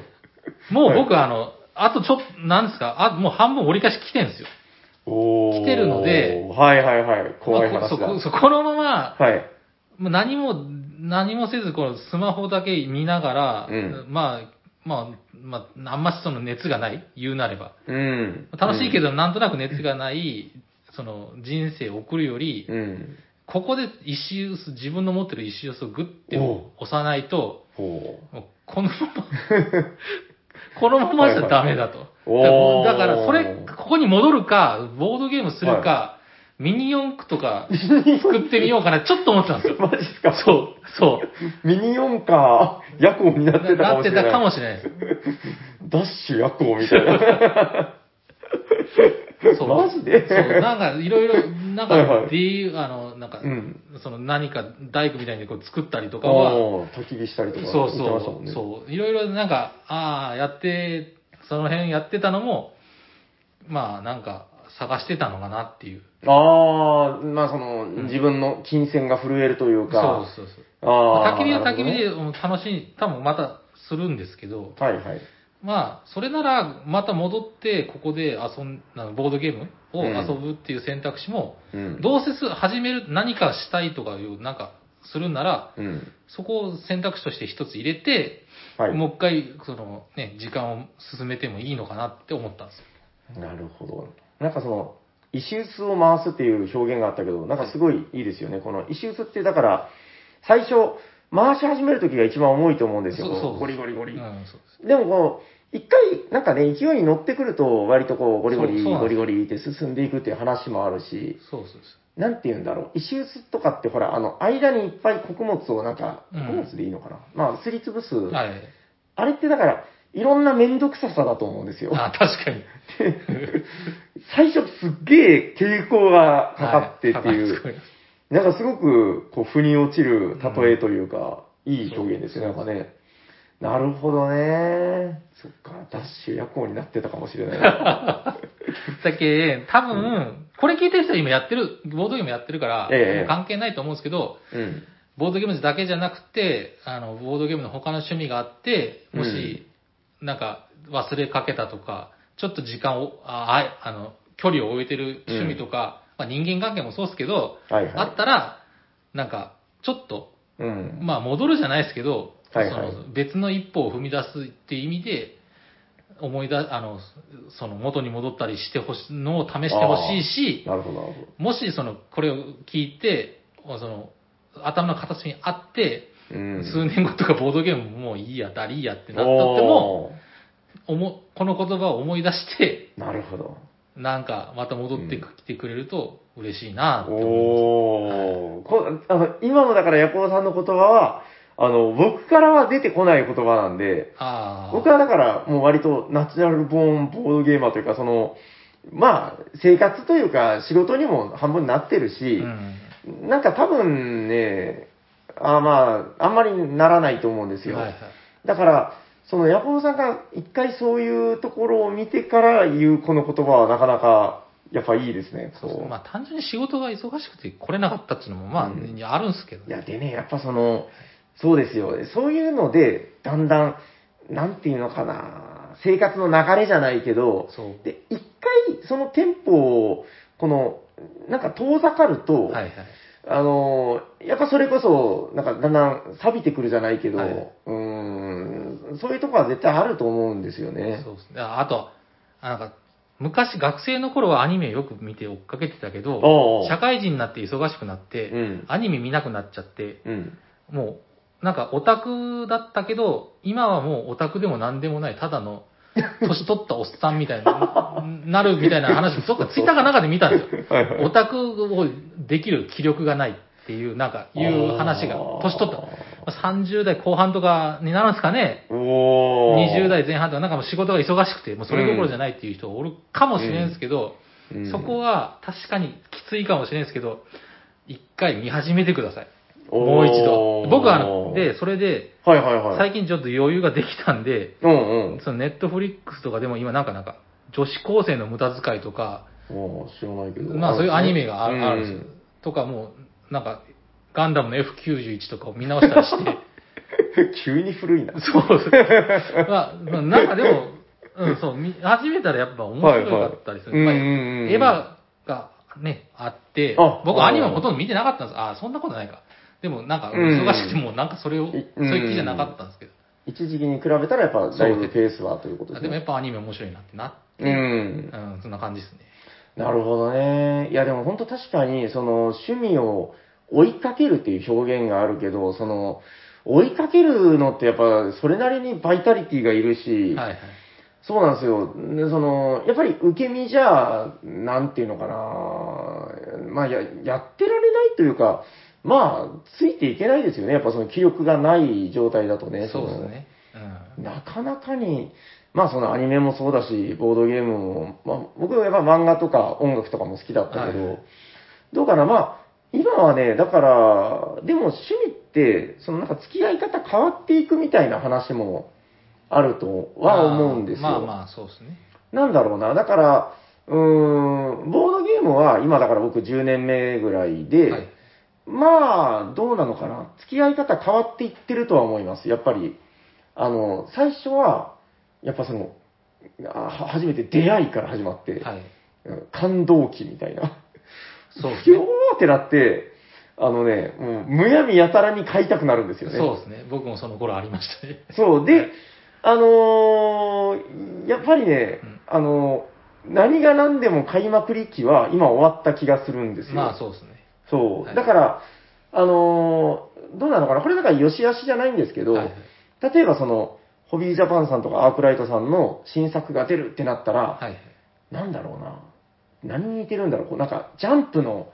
Speaker 1: もう僕、あの、あとちょっと、なんですか、あもう半分折り返し来てるんですよ。
Speaker 2: お ー
Speaker 1: 来てるので、
Speaker 2: はいはいはい、怖い
Speaker 1: まあ
Speaker 2: 話
Speaker 1: こ
Speaker 2: だ。
Speaker 1: そこそこのまま、
Speaker 2: はい。
Speaker 1: もう何も、何もせず、このスマホだけ見ながら、
Speaker 2: うん
Speaker 1: まあ、まあ、まあ、あんましその熱がない、言うなれば。
Speaker 2: うん。
Speaker 1: 楽しいけ
Speaker 2: ど、
Speaker 1: ど、なんとなく熱がない、その人生を送るより、
Speaker 2: うん。
Speaker 1: ここで石臼、自分の持ってる石臼をグッて
Speaker 2: お
Speaker 1: 押さないと、
Speaker 2: ほう。
Speaker 1: もうこのま ま、このままじゃダメだと。
Speaker 2: おー
Speaker 1: だから、それ、ここに戻るか、ボードゲームするか、ミニ四駆とか 作ってみようかな、ちょっと思ってたんですよ。
Speaker 2: マジっすか
Speaker 1: そう、そ
Speaker 2: ミニ四か、夜行にな
Speaker 1: う。
Speaker 2: ってたか
Speaker 1: な
Speaker 2: も
Speaker 1: っ
Speaker 2: してれない。
Speaker 1: たかもしれないで
Speaker 2: ダッシュ夜行みたいな。
Speaker 1: す。そう。
Speaker 2: マジで
Speaker 1: そう、なんか、いろいろ、なんか、
Speaker 2: はいはい
Speaker 1: D、あの、なんか、
Speaker 2: うん
Speaker 1: その何か大工みたいにこう作ったりとかは、
Speaker 2: おー焚き火したりとか。
Speaker 1: そう
Speaker 2: 言ってましたも
Speaker 1: そ
Speaker 2: ん
Speaker 1: う、
Speaker 2: ね、
Speaker 1: そう、いろいろなんか、ああ、やって、その辺やってたのも、まあなんか探してたのかなっていう。
Speaker 2: ああ、まあその、自分の金銭が震えるという
Speaker 1: そう
Speaker 2: か。
Speaker 1: そうそう。
Speaker 2: ああ。
Speaker 1: 焚き火は焚き火
Speaker 2: なる
Speaker 1: でうん楽しい、多分またするんですけど
Speaker 2: ほ、どね。はいはい。
Speaker 1: まあ、それならまた戻ってここで遊ん、あのボードゲームを
Speaker 2: うん
Speaker 1: 遊ぶっていう選択肢も、
Speaker 2: うん。
Speaker 1: どうせす始める、何かしたいとかいう、なんか、するんなら、
Speaker 2: うん。
Speaker 1: そこを選択肢として一つ入れて、
Speaker 2: はい。
Speaker 1: もう一回、そのね、時間を進めてもいいのかなって思ったんですよ。
Speaker 2: なるほど。なんかその、石臼を回すっていう表現があったけど、なんかすごいいいですよね。この石臼ってだから、最初、回し始めるときが一番重いと思うんですよ。
Speaker 1: そうそう
Speaker 2: ゴリゴリゴ
Speaker 1: う
Speaker 2: リ。
Speaker 1: ん、そうです。
Speaker 2: でもこう、一回、なんかね、勢いに乗ってくると、割とこう、ゴリゴ
Speaker 1: そう
Speaker 2: リ、
Speaker 1: そうなん
Speaker 2: ゴ
Speaker 1: です
Speaker 2: リゴリって進んでいくっていう話もあるし、
Speaker 1: そうそう
Speaker 2: なんて言うんだろう、石臼とかってほら、あの、間にいっぱい穀物をなんか、
Speaker 1: うん
Speaker 2: 穀物でいいのかな、まあ、すりつぶす。
Speaker 1: そう。はい。
Speaker 2: あれってだから、いろんな面倒くささだと思うんですよ。
Speaker 1: あ、確かに。
Speaker 2: 最初すっげえ抵抗がかかってっていう、
Speaker 1: はい
Speaker 2: なんかすごく、こう、腑に落ちる例えというか、いい表現ですよね、なんかね。なるほどね。そっか、ダッシュ夜行になってたかもしれないな。
Speaker 1: だけ、多分、これ聞いてる人は今やってる、ボードゲームやってるから、
Speaker 2: ええ
Speaker 1: もう関係ないと思うんですけど、
Speaker 2: うん。
Speaker 1: ボードゲームだけじゃなくて、あの、ボードゲームの他の趣味があって、もし、なんか忘れかけたとか、ちょっと時間を、あ、ああの、距離を置いてる趣味とか、まあ、人間関係もそうですけど、
Speaker 2: はいはい。
Speaker 1: あったら、なんか、ちょっと、
Speaker 2: うん。
Speaker 1: まあ、戻るじゃないですけど、
Speaker 2: はいはい
Speaker 1: その別の一歩を踏み出すっていう意味で、思い出、あの、その元に戻ったりしてほし、のを試してほしいし、
Speaker 2: なるほど、なるほど。
Speaker 1: もしその、これを聞いて、その、頭の片隅にあって、
Speaker 2: うん。
Speaker 1: 数年後とかボードゲームもういいや、だりーやってなったっても、
Speaker 2: おー
Speaker 1: おもこの言葉を思い出して、
Speaker 2: なるほど。
Speaker 1: なんかまた戻ってきてくれると嬉しいなって思い
Speaker 2: おーこあの今のだから、ヤコウさんの言葉は、あの、僕からは出てこない言葉なんで、
Speaker 1: ます。ああ。
Speaker 2: 僕はだから、もう割とナチュラルボーンボードゲーマーというか、その、まあ、生活というか、仕事にも半分なってる
Speaker 1: う
Speaker 2: し、
Speaker 1: ん。
Speaker 2: なんか多分ね、あーまあ、あんまりならないと思うんですよ。
Speaker 1: はいはい。
Speaker 2: だから、そのヤコウさんが一回そういうところを見てから言うこの言葉はなかなか、やっぱいいですね。
Speaker 1: そう
Speaker 2: こ
Speaker 1: そうまあ単純に仕事が忙しくて来れなかったっていうのもまあ、
Speaker 2: うん
Speaker 1: あるんですけど
Speaker 2: い
Speaker 1: ね。
Speaker 2: や、でね、やっぱその、そうですよ。そういうので、だんだん、なんていうのかな、生活の流れじゃないけど、
Speaker 1: そう。
Speaker 2: で、一回、そのテンポを、この、なんか遠ざかると、
Speaker 1: はいはい。
Speaker 2: あの、やっぱそれこそ、なんかだんだん錆びてくるじゃないけど、
Speaker 1: はいう
Speaker 2: ーん、そういうとこは絶対あると思うんですよね。
Speaker 1: そうですね。ああと、あなんか、昔学生の頃はアニメよく見て追っかけてたけど、
Speaker 2: おうおう
Speaker 1: 社会人になって忙しくなって、
Speaker 2: うん。
Speaker 1: アニメ見なくなっちゃって、
Speaker 2: うん。
Speaker 1: もう、なんかオタクだったけど、今はもうオタクでも何でもない、ただ の、年取ったおっさんみたいになるみたいな話、どっかツイッターか中で見たんですよ。
Speaker 2: はいはい
Speaker 1: オタクをできる気力がないっていう、なんか、いう話が、年取った。まあ30代後半とかになるんですかね。
Speaker 2: おー
Speaker 1: 20代前半とか、なんかもう仕事が忙しくて、もうそれどころじゃないっていう人がおるかもしれんですけど、
Speaker 2: うん
Speaker 1: そこは確かにきついかもしれんですけど、一回見始めてください。もう一度。僕はあの、で、、それで、
Speaker 2: おーはいはいはい。
Speaker 1: 最近ちょっと余裕ができたんで、
Speaker 2: うん
Speaker 1: そのネットフリックスとかでも今なんかなんか、女子高生の無駄遣いとか、
Speaker 2: うん。ああ、知らないけど。
Speaker 1: まあそういうアニメがあ
Speaker 2: う
Speaker 1: あるんですよ。とかもう、なんか、ガンダムの F91 とかを見直したりして、
Speaker 2: 急に古いな。
Speaker 1: そうそう。まあ、まあなんかで も、うん、そう、見始めたらやっぱ面白かったりする。
Speaker 2: はいはい
Speaker 1: まあ
Speaker 2: うんうんうん
Speaker 1: エヴァがね、あって
Speaker 2: あ、
Speaker 1: 僕アニメほとんど見てなかったんです。ああ、そんなことないか。でもなんか忙しくてもうなんかそれを、そういう気じゃなかったんですけど。
Speaker 2: 一時期に比べたらやっぱだいぶペースはということ
Speaker 1: あ
Speaker 2: です
Speaker 1: でもやっ
Speaker 2: ね。
Speaker 1: ぱアニメ面白いなってなって、
Speaker 2: う
Speaker 1: うん、
Speaker 2: ん。
Speaker 1: そんな感じですね。
Speaker 2: なるほどね。いやでも本当確かに、その趣味を追いかけるっていう表現があるけど、その、追いかけるのってやっぱそれなりにバイタリティがいるし、
Speaker 1: はいはい。
Speaker 2: そうなんですよ。でその、やっぱり受け身じゃ、なんていうのかな、まあや、やってられないというか、まあ、ついていけないですよね。やっぱその気力がない状態だとね。
Speaker 1: そうで
Speaker 2: の
Speaker 1: すね。うん。
Speaker 2: なかなかに、まあそのアニメもそうだし、ボードゲームも、まあ僕はやっぱ漫画とか音楽とかも好きだったけど、
Speaker 1: はい
Speaker 2: どうかな、まあ今はね、だから、でも趣味って、そのなんか付き合い方変わっていくみたいな話もあるとは思うんです
Speaker 1: ま
Speaker 2: よ。
Speaker 1: あまあまあ、そうですね。
Speaker 2: なんだろうな、だから、うーん、ボードゲームは今だから僕10年目ぐらいで、
Speaker 1: はい。
Speaker 2: まあ、どうなのかな。付き合い方変わっていってるとは思います。やっぱり、あの、最初は、やっぱその、あは初めて出会いから始まって、
Speaker 1: はい。
Speaker 2: うん感動期みたいな。
Speaker 1: そうです
Speaker 2: ひょ
Speaker 1: ね
Speaker 2: ー。ってなって、あのね、もう、むやみやたらに買いたくなるんですよね。
Speaker 1: そうですね。僕もその頃ありましたね。
Speaker 2: そう。で、あのーやっぱりね
Speaker 1: うん、
Speaker 2: あのー何が何でも買いまくり期は今終わった気がするんですよ。
Speaker 1: まあそうですね。
Speaker 2: そ
Speaker 1: は
Speaker 2: う。
Speaker 1: い
Speaker 2: だから、あのーどうなのかなこれだから良し悪しじゃないんですけど、
Speaker 1: はいはい
Speaker 2: 例えばその、ホビージャパンさんとかアークライトさんの新作が出るってなったら、
Speaker 1: はいはい。
Speaker 2: なんだろうな。何に似てるんだろう。こうなんか、ジャンプの、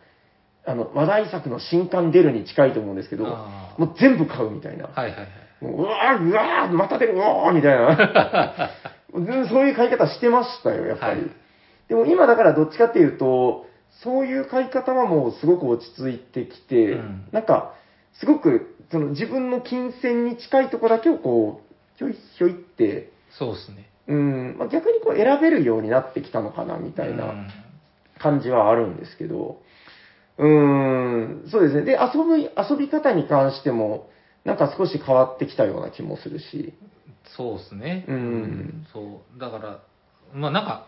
Speaker 2: あの、話題作の新刊出るに近いと思うんですけど、も
Speaker 1: あ
Speaker 2: う全部買うみたいな。
Speaker 1: あはいはいはい。
Speaker 2: もううわーうわーまた出るうわーみたいな。 うんそういう買い方してましたよ、やっぱり。
Speaker 1: はい
Speaker 2: でも今だからどっちかっていうと、そういう買い方はもうすごく落ち着いてきて、
Speaker 1: うん
Speaker 2: なんか、すごく、その自分の金銭に近いとこだけをこう、ひょいひょいって、
Speaker 1: そうですね。
Speaker 2: うん、まあ、逆にこう選べるようになってきたのかな、みたいうなん感じはあるんですけど、うん、そうですね。で、遊ぶ、遊び方に関しても、なんか少し変わってきたような気もするし、
Speaker 1: そうですね。
Speaker 2: うん
Speaker 1: そう。だから、まあなんか、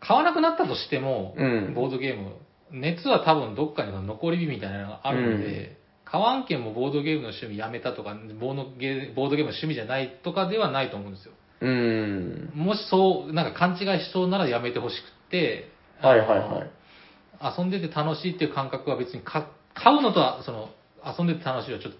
Speaker 1: 買わなくなったとしても、
Speaker 2: うん
Speaker 1: ボードゲーム、熱は多分どっかにその残り火みたいなのがあるので、買わんけんもボードゲームの趣味やめたとか、ボードゲーボードゲームの趣味じゃないとかではないと思うんですよ。
Speaker 2: うん。
Speaker 1: もしそう、なんか勘違いしそうならやめてほしくって、
Speaker 2: はいはいはい。
Speaker 1: 遊んでて楽しいっていう感覚は別にか買うのとはその遊んでて楽しいはちょっと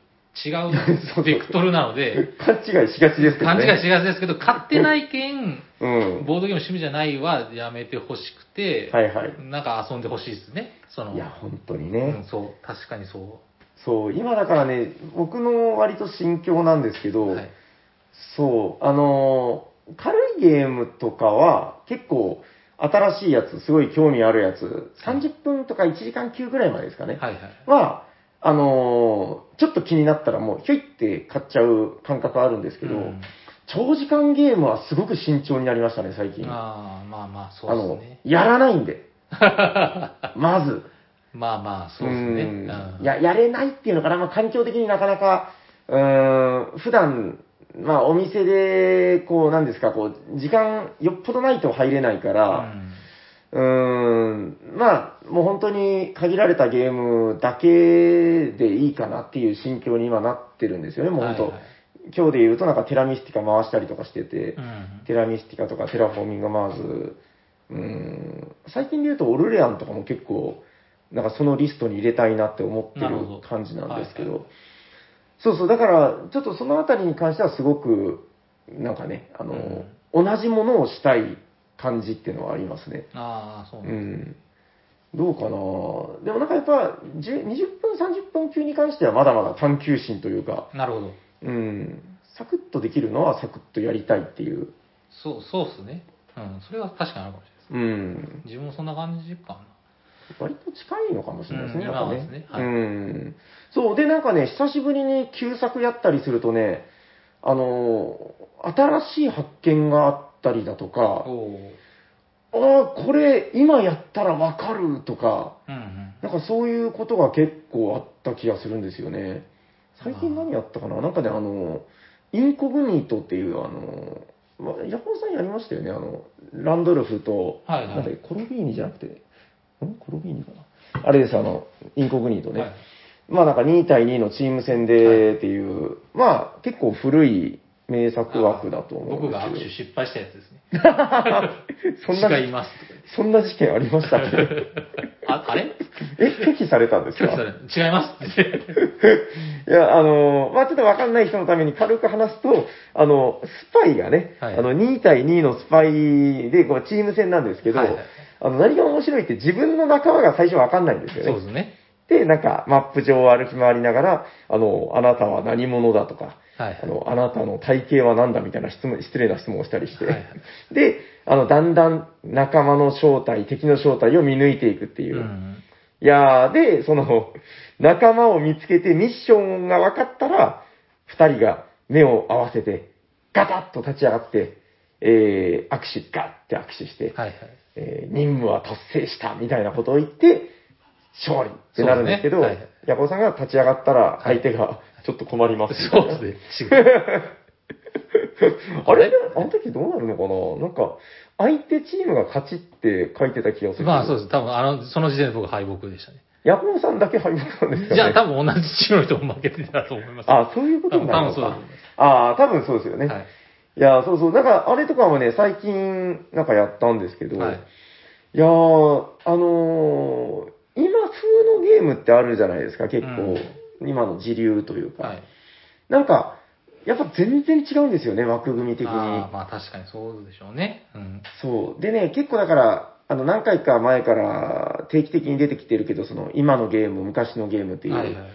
Speaker 1: 違 うベクトルなので、
Speaker 2: 勘違いしがちですけど
Speaker 1: 勘
Speaker 2: ね。
Speaker 1: 違いしがちですけど、買ってないけん、
Speaker 2: うん。
Speaker 1: ボードゲーム趣味じゃないはやめてほしくて、
Speaker 2: はいはい。
Speaker 1: なんか遊んでほしいですね。その
Speaker 2: いや、本当に
Speaker 1: うん、
Speaker 2: ね。
Speaker 1: そう、確かにそ
Speaker 2: そう、今だからね、僕の割と心境なんですけ
Speaker 1: う。
Speaker 2: ど、
Speaker 1: はい。
Speaker 2: そう、あのー軽いゲームとかは、結構、新しいやつ、すごい興味あるやつ、30分とか1時間級ぐらいまでですかね。
Speaker 1: はいはい。
Speaker 2: は、あのーちょっと気になったらもう、ひょいって買っちゃう感覚あるんですけど、
Speaker 1: うん
Speaker 2: 長時間ゲームはすごく慎重になりましたね、最近。
Speaker 1: あーまあまあ、そ
Speaker 2: あ
Speaker 1: う
Speaker 2: の
Speaker 1: ですね、。
Speaker 2: やらないん で。まず。
Speaker 1: まあまあ、そうですね。
Speaker 2: ん
Speaker 1: うん
Speaker 2: や、やれないっていうのかな。まあ、環境的になかなか、うーん、普段、まあ、お店で、こう、なんですか、こう、時間、よっぽどないと入れないか
Speaker 1: う
Speaker 2: ら、
Speaker 1: ん
Speaker 2: うーん、まあ、もう本当に限られたゲームだけでいいかなっていう心境に今なってるんですよね、もう本当。
Speaker 1: はいはい
Speaker 2: 今日で言うとなんかテラミスティカ回したりとかしてて、
Speaker 1: うん
Speaker 2: テラミスティカとかテラフォーミングマーズ、うーん、最近で言うとオルレアンとかも結構、なんかそのリストに入れたいなって思って
Speaker 1: なるほ
Speaker 2: る
Speaker 1: ど
Speaker 2: 感じなんですけど、
Speaker 1: はい
Speaker 2: そうそう、だから、ちょっとそのあたりに関してはすごく、なんかね、あの、同じものをしたい感じっていうのはありますね。
Speaker 1: ああ、そう
Speaker 2: う
Speaker 1: ね。
Speaker 2: ん。どうかなでもなんかやっぱ、10 20分、30分級に関してはまだまだ探求心というか、
Speaker 1: なるほど。
Speaker 2: うん、サクッとできるのはサクッとやりたいっていう。
Speaker 1: そう、そうっすね。うん、それは確かにあるかもしれないです。
Speaker 2: うん。
Speaker 1: 自分もそんな感じかな。
Speaker 2: 割と近いのかもしれないですね、
Speaker 1: うん
Speaker 2: やっぱ
Speaker 1: 今はですねはい
Speaker 2: うん。そう、で、なんかね、久しぶりに旧作やったりするとね、あのー、新しい発見があったりだとか、あ
Speaker 1: おお。
Speaker 2: あー、これ今やったらわかるとか、
Speaker 1: うんうん。
Speaker 2: なんかそういうことが結構あった気がするんですよね。最近何やったかななんかね、あの、インコグニートっていう、あの、まヤコウさんやりましたよね、あの、ランドルフと、
Speaker 1: はいはい
Speaker 2: なんだっけコロビーニじゃなくて、んコロビーニかなあれです、あの、インコグニートね。
Speaker 1: はい
Speaker 2: まあなんか2対2のチーム戦でっていう、まあ結構古い名作枠だと思う
Speaker 1: 僕
Speaker 2: んです
Speaker 1: が
Speaker 2: けど。
Speaker 1: 握手失敗したやつですね。
Speaker 2: そんな、
Speaker 1: 違います とか言って。
Speaker 2: そんな事件ありましたっけ
Speaker 1: ああれ
Speaker 2: え、拒否されたんですか
Speaker 1: 拒否される違います って。
Speaker 2: いや、あの、まあ、ちょっとわかんない人のために軽く話すと、あの、スパイがね、
Speaker 1: はい
Speaker 2: あの、2対2のスパイで、こう、チーム戦なんですけど、
Speaker 1: はいはい
Speaker 2: あの、何が面白いって自分の仲間が最初わかんないんですよ
Speaker 1: そう
Speaker 2: ね。
Speaker 1: ですね。
Speaker 2: で、なんか、マップ上を歩き回りながら、あの、あなたは何者だとか、
Speaker 1: はい
Speaker 2: あの、あなたの体型は何だみたいな質問、失礼な質問をしたりして、
Speaker 1: はいはい
Speaker 2: で、あの、だんだん仲間の正体、敵の正体を見抜いていくっていうう、
Speaker 1: ん。
Speaker 2: いやー、で、その、仲間を見つけてミッションが分かったら、二人が目を合わせて、ガタッと立ち上がって、えー、握手、ガッて握手して、
Speaker 1: はいはい。
Speaker 2: えー任務は達成した、みたいなことを言って、勝利ってなるんですけど、
Speaker 1: そうですね
Speaker 2: ヤコウさんが立ち上がったら、
Speaker 1: はい
Speaker 2: 相手がちょっと困ります。
Speaker 1: そうですね。違う。
Speaker 2: あれあの時どうなるのかななんか、相手チームが勝ちって書いてた気がする。
Speaker 1: まあそうです。多分あの、その時点で僕敗北でしたね。
Speaker 2: ヤコウさんだけ敗北なんですかね。
Speaker 1: じゃあ多分同じチームの人も負けてたと思います。
Speaker 2: あ、そういうことになるの
Speaker 1: 多分多分そうだと
Speaker 2: か
Speaker 1: 思います。
Speaker 2: ああ、多分そうですよね。
Speaker 1: はい
Speaker 2: い、。やー、そうそう。なんか、あれとかもね、最近、なんかやったんですけど、
Speaker 1: はい
Speaker 2: い、やー、あのー今風のゲームってあるじゃないですか、結構。今の時流というか。
Speaker 1: はい。
Speaker 2: なんか、やっぱ全然違うんですよね、枠組み的に。
Speaker 1: ああ、まあ確かにそうでしょうね。うん。
Speaker 2: そう。でね、結構だから、あの、何回か前から定期的に出てきてるけど、その、今のゲーム、昔のゲームっていう、
Speaker 1: はいはい。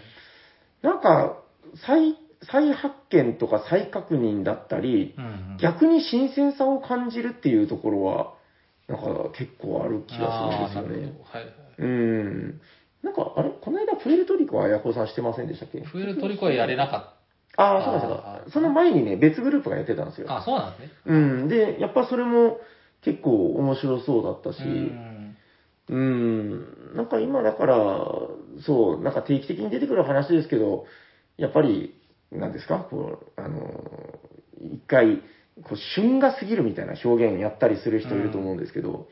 Speaker 2: なんか、再、再発見とか再確認だったり、
Speaker 1: うんうん。
Speaker 2: 逆に新鮮さを感じるっていうところは、なんか結構ある気が
Speaker 1: ああ
Speaker 2: す
Speaker 1: な
Speaker 2: るんです
Speaker 1: る
Speaker 2: よね。
Speaker 1: ほど。はいはい。
Speaker 2: うん。なんか、あれこの間プエルトリコはヤコウさんしてませんでしたっけ
Speaker 1: プエルトリコはやれなか
Speaker 2: ああ、そうなんです
Speaker 1: あー
Speaker 2: か。その前にね、別グループがやってたんです
Speaker 1: っ
Speaker 2: よ。
Speaker 1: た。あ、そうなんですね。
Speaker 2: うん。で、やっぱそれも結構面白そうだったし、
Speaker 1: うん。
Speaker 2: うん、なんか今だから、そう、なんか定期的に出てくる話ですけど、やっぱり、なんですか、こう、あの、一回、こう、旬が過ぎるみたいな表現やったりする人いると思うんですけど、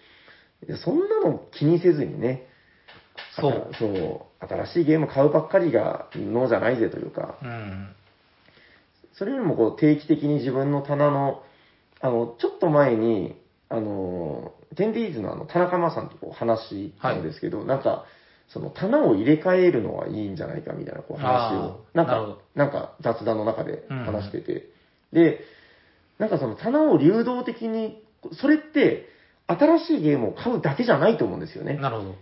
Speaker 2: いやそんなの気にせずにね、
Speaker 1: そう。
Speaker 2: あそう、新しいゲーム買うばっかりが、のじゃないぜというか、
Speaker 1: うん。
Speaker 2: それよりもこう定期的に自分の棚の、あの、ちょっと前に、あの、テンディーズのあの、田中間さんとこう話したんですけど、なんか、その棚を入れ替えるのはいいんじゃないかみたいなこう話を、
Speaker 1: あー
Speaker 2: なん
Speaker 1: なるほ
Speaker 2: か
Speaker 1: ど、
Speaker 2: なんか雑談の中で話してて、で、なんかその棚を流動的に、それって、新しいゲームを買うだけじゃないと思うんですよね。
Speaker 1: なるほど。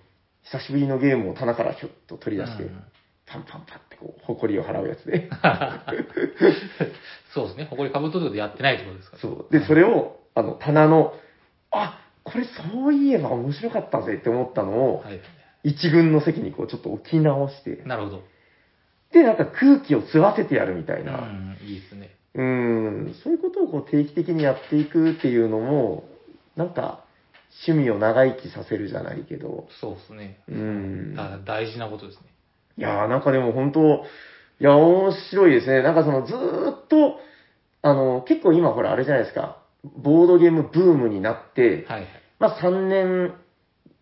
Speaker 2: 久しぶりのゲームを棚からひょっと取り出して、
Speaker 1: うん
Speaker 2: パンパンパンってこう、埃を払うやつで。
Speaker 1: そうですね。誇りかぶととかでやってないってことですから。
Speaker 2: そう。で、それを、あの、棚の、あ、これそういえば面白かったぜって思ったのを、
Speaker 1: はい。
Speaker 2: 一軍の席にこうちょっと置き直して、
Speaker 1: なるほど。
Speaker 2: で、なんか空気を吸わせてやるみた
Speaker 1: う
Speaker 2: いな、
Speaker 1: ん、いいですね。
Speaker 2: うーん、そういうことをこう定期的にやっていくっていうのも、なんか、趣味を長生きさせるじゃないけど、
Speaker 1: そうですね。
Speaker 2: うーん。
Speaker 1: だ大事なことですね。
Speaker 2: いやーなんかでも本当、いや、面白いですね。なんかそのずーっと、あの、結構今ほらあれじゃないですか、ボードゲームブームになって、
Speaker 1: はいはい。
Speaker 2: まあ3年、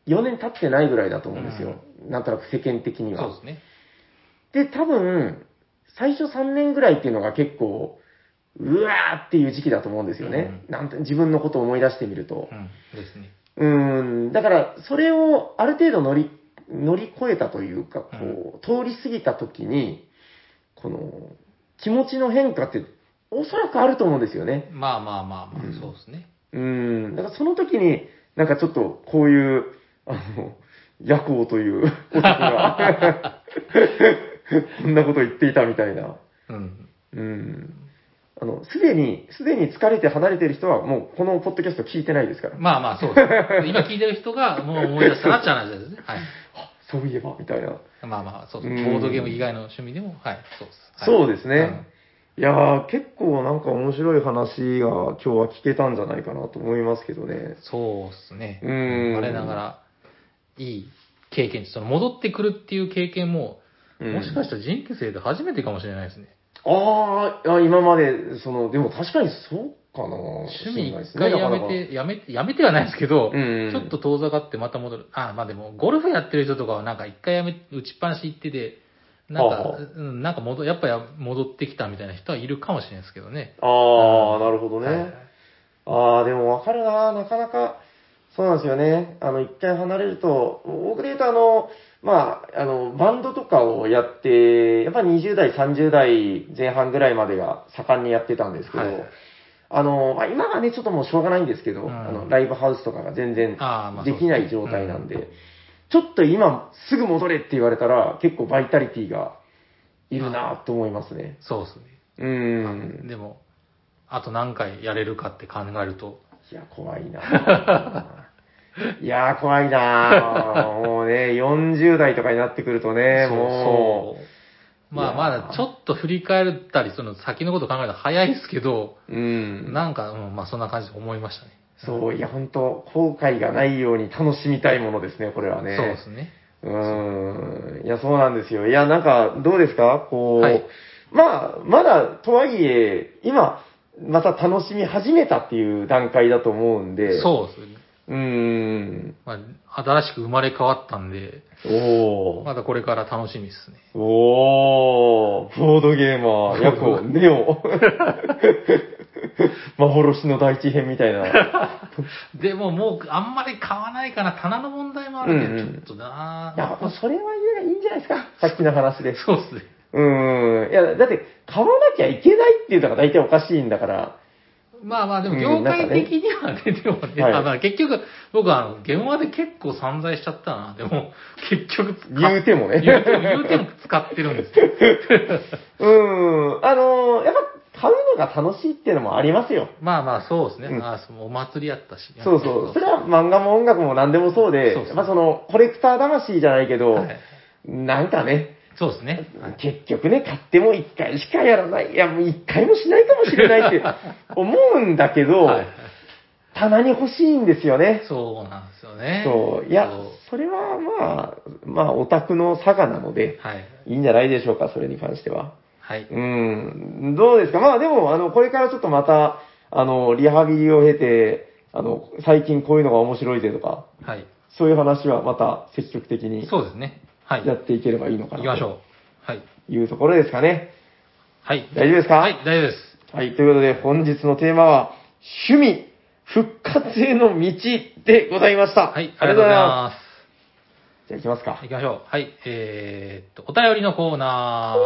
Speaker 2: 4年経ってないぐらいだと思うんですよ。なんとなく世間的には。
Speaker 1: そうですね。
Speaker 2: で、多分、最初3年ぐらいっていうのが結構、うわーっていう時期だと思うんですよね。なんて自分のことを思い出してみると
Speaker 1: う。ん、ですね。
Speaker 2: うーん、だから、それをある程度乗り、乗り越えたというか、こう、通り過ぎた時に、この、気持ちの変化って、おそらくあると思うんですよね。
Speaker 1: まあまあまあまあ、
Speaker 2: うん
Speaker 1: そうですね。
Speaker 2: うーん、だからその時に、なんかちょっと、こういう、あの、夜行という男が、 こんなこと言っていたみたいな。
Speaker 1: うん。
Speaker 2: うん。あの、すでに、すでに疲れて離れてる人は、もうこのポッドキャスト聞いてないですから。
Speaker 1: まあまあ、そうです。今聞いてる人がもう思い出したなって話ですね。はい。
Speaker 2: あそういえば、みたいな。
Speaker 1: まあまあ、そうです。
Speaker 2: うん
Speaker 1: ボードゲーム以外の趣味でも、はい、そうです。はい
Speaker 2: そうですね。いやー、結構なんか面白い話が今日は聞けたんじゃないかなと思いますけどね。
Speaker 1: そうですね。
Speaker 2: うん
Speaker 1: 我ながら、いい経験値、その戻ってくるっていう経験も、
Speaker 2: うん
Speaker 1: もしかしたら人生で初めてかもしれないですね。
Speaker 2: あー、あ今まで、その、でも確かにそうかな
Speaker 1: 趣味一回やめて、やめて、やめてはないですけど、
Speaker 2: うん
Speaker 1: ちょっと遠ざかってまた戻る。あ、まあでも、ゴルフやってる人とかはなんか一回やめ、打ちっぱなし行ってて、なん
Speaker 2: はあは
Speaker 1: か
Speaker 2: あ、
Speaker 1: うん、なんか戻、やっぱや戻ってきたみたいな人はいるかもしれないですけどね。
Speaker 2: あ
Speaker 1: う
Speaker 2: ー、
Speaker 1: ん
Speaker 2: なるほどね。
Speaker 1: はいはい
Speaker 2: ああ、でもわかるな、なかなか、そうなんですよね。あの、一回離れると、僕で言うとあの、まあ、あの、バンドとかをやって、やっぱり20代、30代前半ぐらいまでが盛んにやってたんですけど、
Speaker 1: はい
Speaker 2: あの、まあ、今はね、ちょっともうしょうがないんですけど、
Speaker 1: うん
Speaker 2: あの、ライブハウスとかが全然
Speaker 1: あーまあそう
Speaker 2: で
Speaker 1: です
Speaker 2: き
Speaker 1: ね
Speaker 2: ない状態なんで、ちょっと今すぐ戻れって言われたら、結構バイタリティがいるなと思いますね。
Speaker 1: そうですね。
Speaker 2: うん。
Speaker 1: でも、あと何回やれるかって考えると、
Speaker 2: いや、怖いな いやー、怖いなもうね、40代とかになってくるとね、
Speaker 1: そう
Speaker 2: も
Speaker 1: そう。まあ
Speaker 2: い
Speaker 1: ま
Speaker 2: やー
Speaker 1: だちょっと振り返ったり、その先のこと考えるの早いですけど、
Speaker 2: う、うん。
Speaker 1: なんか、うん、まあそんな感じで思いましたね。
Speaker 2: そう、いや、本当後悔がないように楽しみたいものですね、これはね。
Speaker 1: そうですね。
Speaker 2: うーん。いや、そうなんですよ。いや、なんか、どうですかこう、
Speaker 1: はい
Speaker 2: まあ、まだ、とはいえ、今、また楽しみ始めたっていう段階だと思うんで。
Speaker 1: そうですね。
Speaker 2: う。うーん。
Speaker 1: まあ、新しく生まれ変わったんで、
Speaker 2: おー。
Speaker 1: まだこれから楽しみですね。
Speaker 2: おー、ボードゲーマー、ヤ コ、ネオ。幻の大地編みたい な。
Speaker 1: でももうあんまり買わないかな、棚の問題もあるけど、
Speaker 2: うんうん
Speaker 1: ちょっとない
Speaker 2: や、それは言えないいんじゃないですか。さっきの話で。
Speaker 1: そうですね。
Speaker 2: うーん。いや、だって、買わなきゃいけないっていうのが大体おかしいんだから。
Speaker 1: まあまあ、でも
Speaker 2: うん
Speaker 1: 業界的にはね、でもね、
Speaker 2: はい
Speaker 1: あの結局、僕はあの、現場で結構散財しちゃったな。でも、結局使っ
Speaker 2: 言うてもね。
Speaker 1: 言うても、言うても使ってるんですよ。
Speaker 2: うーん。あのーやっぱ、買うのが楽しいっていうのもありますよ。
Speaker 1: まあまあ、そうですね。
Speaker 2: うん
Speaker 1: ああそうお祭りやったし。
Speaker 2: そうそう。それは漫画も音楽も何でもそうで、
Speaker 1: そうそう
Speaker 2: まあその、コレクター魂じゃないけど、
Speaker 1: はい
Speaker 2: なんかね、
Speaker 1: そうですね。はい
Speaker 2: 結局ね、買っても一回しかやらない。いや、もう一回もしないかもしれ ないって思うんだけど、
Speaker 1: はい
Speaker 2: 棚に欲しいんですよね。
Speaker 1: そうなんですよね。
Speaker 2: そう。いや
Speaker 1: そう、
Speaker 2: それはまあ、まあ、オタクの差がなので、
Speaker 1: はい。
Speaker 2: いいんじゃないでしょうか、それに関しては。
Speaker 1: はい。
Speaker 2: うん。どうですかまあでも、あの、これからちょっとまた、あの、リハビリを経て、あの、最近こういうのが面白いぜとか、
Speaker 1: はい。
Speaker 2: そういう話はまた積極的に
Speaker 1: そうですね。はい。
Speaker 2: や
Speaker 1: 行
Speaker 2: っていければいいのか
Speaker 1: きま
Speaker 2: な
Speaker 1: し
Speaker 2: と
Speaker 1: ょう。はい。
Speaker 2: いうところですかね。
Speaker 1: はい。
Speaker 2: 大丈夫ですか
Speaker 1: はい、大丈夫です。
Speaker 2: はい、ということで本日のテーマは、趣味復活への道でございました。
Speaker 1: はい、ありがとうござい
Speaker 2: す。
Speaker 1: ます。
Speaker 2: じゃあ行きますか
Speaker 1: 行。きましょう。はい。えー、っと、お便りのコーナー。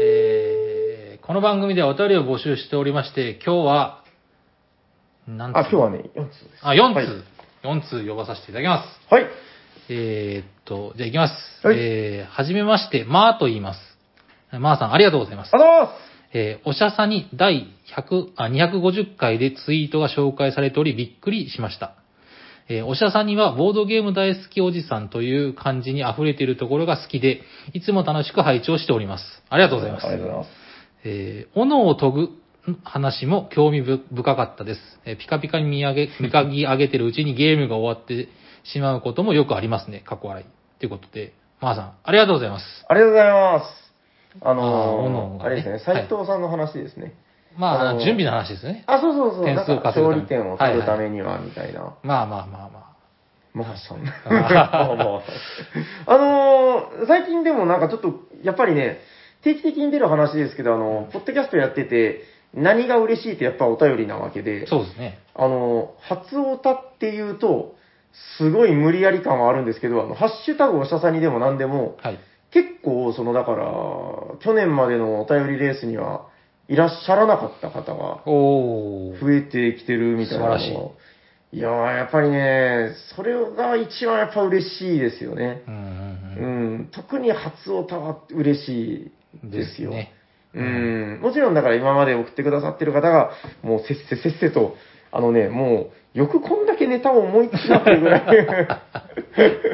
Speaker 1: えー、この番組ではお便りを募集しておりまして、今日は、何
Speaker 2: あ、今日はね、4つです。
Speaker 1: あ、4
Speaker 2: はい
Speaker 1: 通。四通呼ばさせていただきま
Speaker 2: はい。
Speaker 1: す。えー、っと、じゃあ行きます。
Speaker 2: はい
Speaker 1: えー、はじめまして、まーと言います。まーさん、ありがとうございます
Speaker 2: あ。ざーす
Speaker 1: えーおしゃさに第100あ250回でツイートが紹介されておりびっくりしました。えーおしゃさにはボードゲーム大好きおじさんという感じに溢れているところが好きで、いつも楽しく拝聴しております。ありがとうございます
Speaker 2: あ。りがとうございます。
Speaker 1: えー、斧を研ぐ話も興味ぶ深かったです。えーピカピカに見上 げ、見かぎ上げてるうちにゲームが終わってしまうこともよくありますね。過去笑い。ということで、まー、さん、ありがとうございます。
Speaker 2: ありがとうございます。あ
Speaker 1: あーおのお
Speaker 2: の
Speaker 1: の
Speaker 2: ー、
Speaker 1: が
Speaker 2: あ
Speaker 1: ね
Speaker 2: れですね、斎藤さんの話ですね。
Speaker 1: ま
Speaker 2: あ
Speaker 1: あ、
Speaker 2: のー
Speaker 1: 準備の話ですね。
Speaker 2: あ、そうそうそう、
Speaker 1: 点
Speaker 2: なん
Speaker 1: 数を
Speaker 2: か
Speaker 1: 稼ぐため
Speaker 2: 勝利点を取るためには、みたいな。
Speaker 1: まあまあまあまあ。
Speaker 2: まあ、そんな。
Speaker 1: あー
Speaker 2: まあ まああのー、最近でもなんかちょっと、やっぱりね、定期的に出る話ですけど、あのー、ポッドキャストやってて、何が嬉しいってやっぱお便りなわけで、
Speaker 1: そうですね。
Speaker 2: あの、初オタっていうと、すごい無理やり感はあるんですけど、あの、ハッシュタグおしゃさにでも何でも、
Speaker 1: はい。
Speaker 2: 結構、その、だから、去年までのお便りレースには、いらっしゃらなかった方が
Speaker 1: おー。
Speaker 2: 増えてきてるみたいなのが
Speaker 1: 素晴らし
Speaker 2: いやー、やっぱりね、それが一番やっぱ嬉しいですよね。
Speaker 1: うんうん
Speaker 2: うん、特に初オタは嬉し
Speaker 1: うん。
Speaker 2: い
Speaker 1: で
Speaker 2: ですすよ。
Speaker 1: ね。
Speaker 2: うん、もちろんだから今まで送ってくださってる方が、もうせっせせっせと、あのね、もう、よくこんだけネタを思いついたってい うぐらい、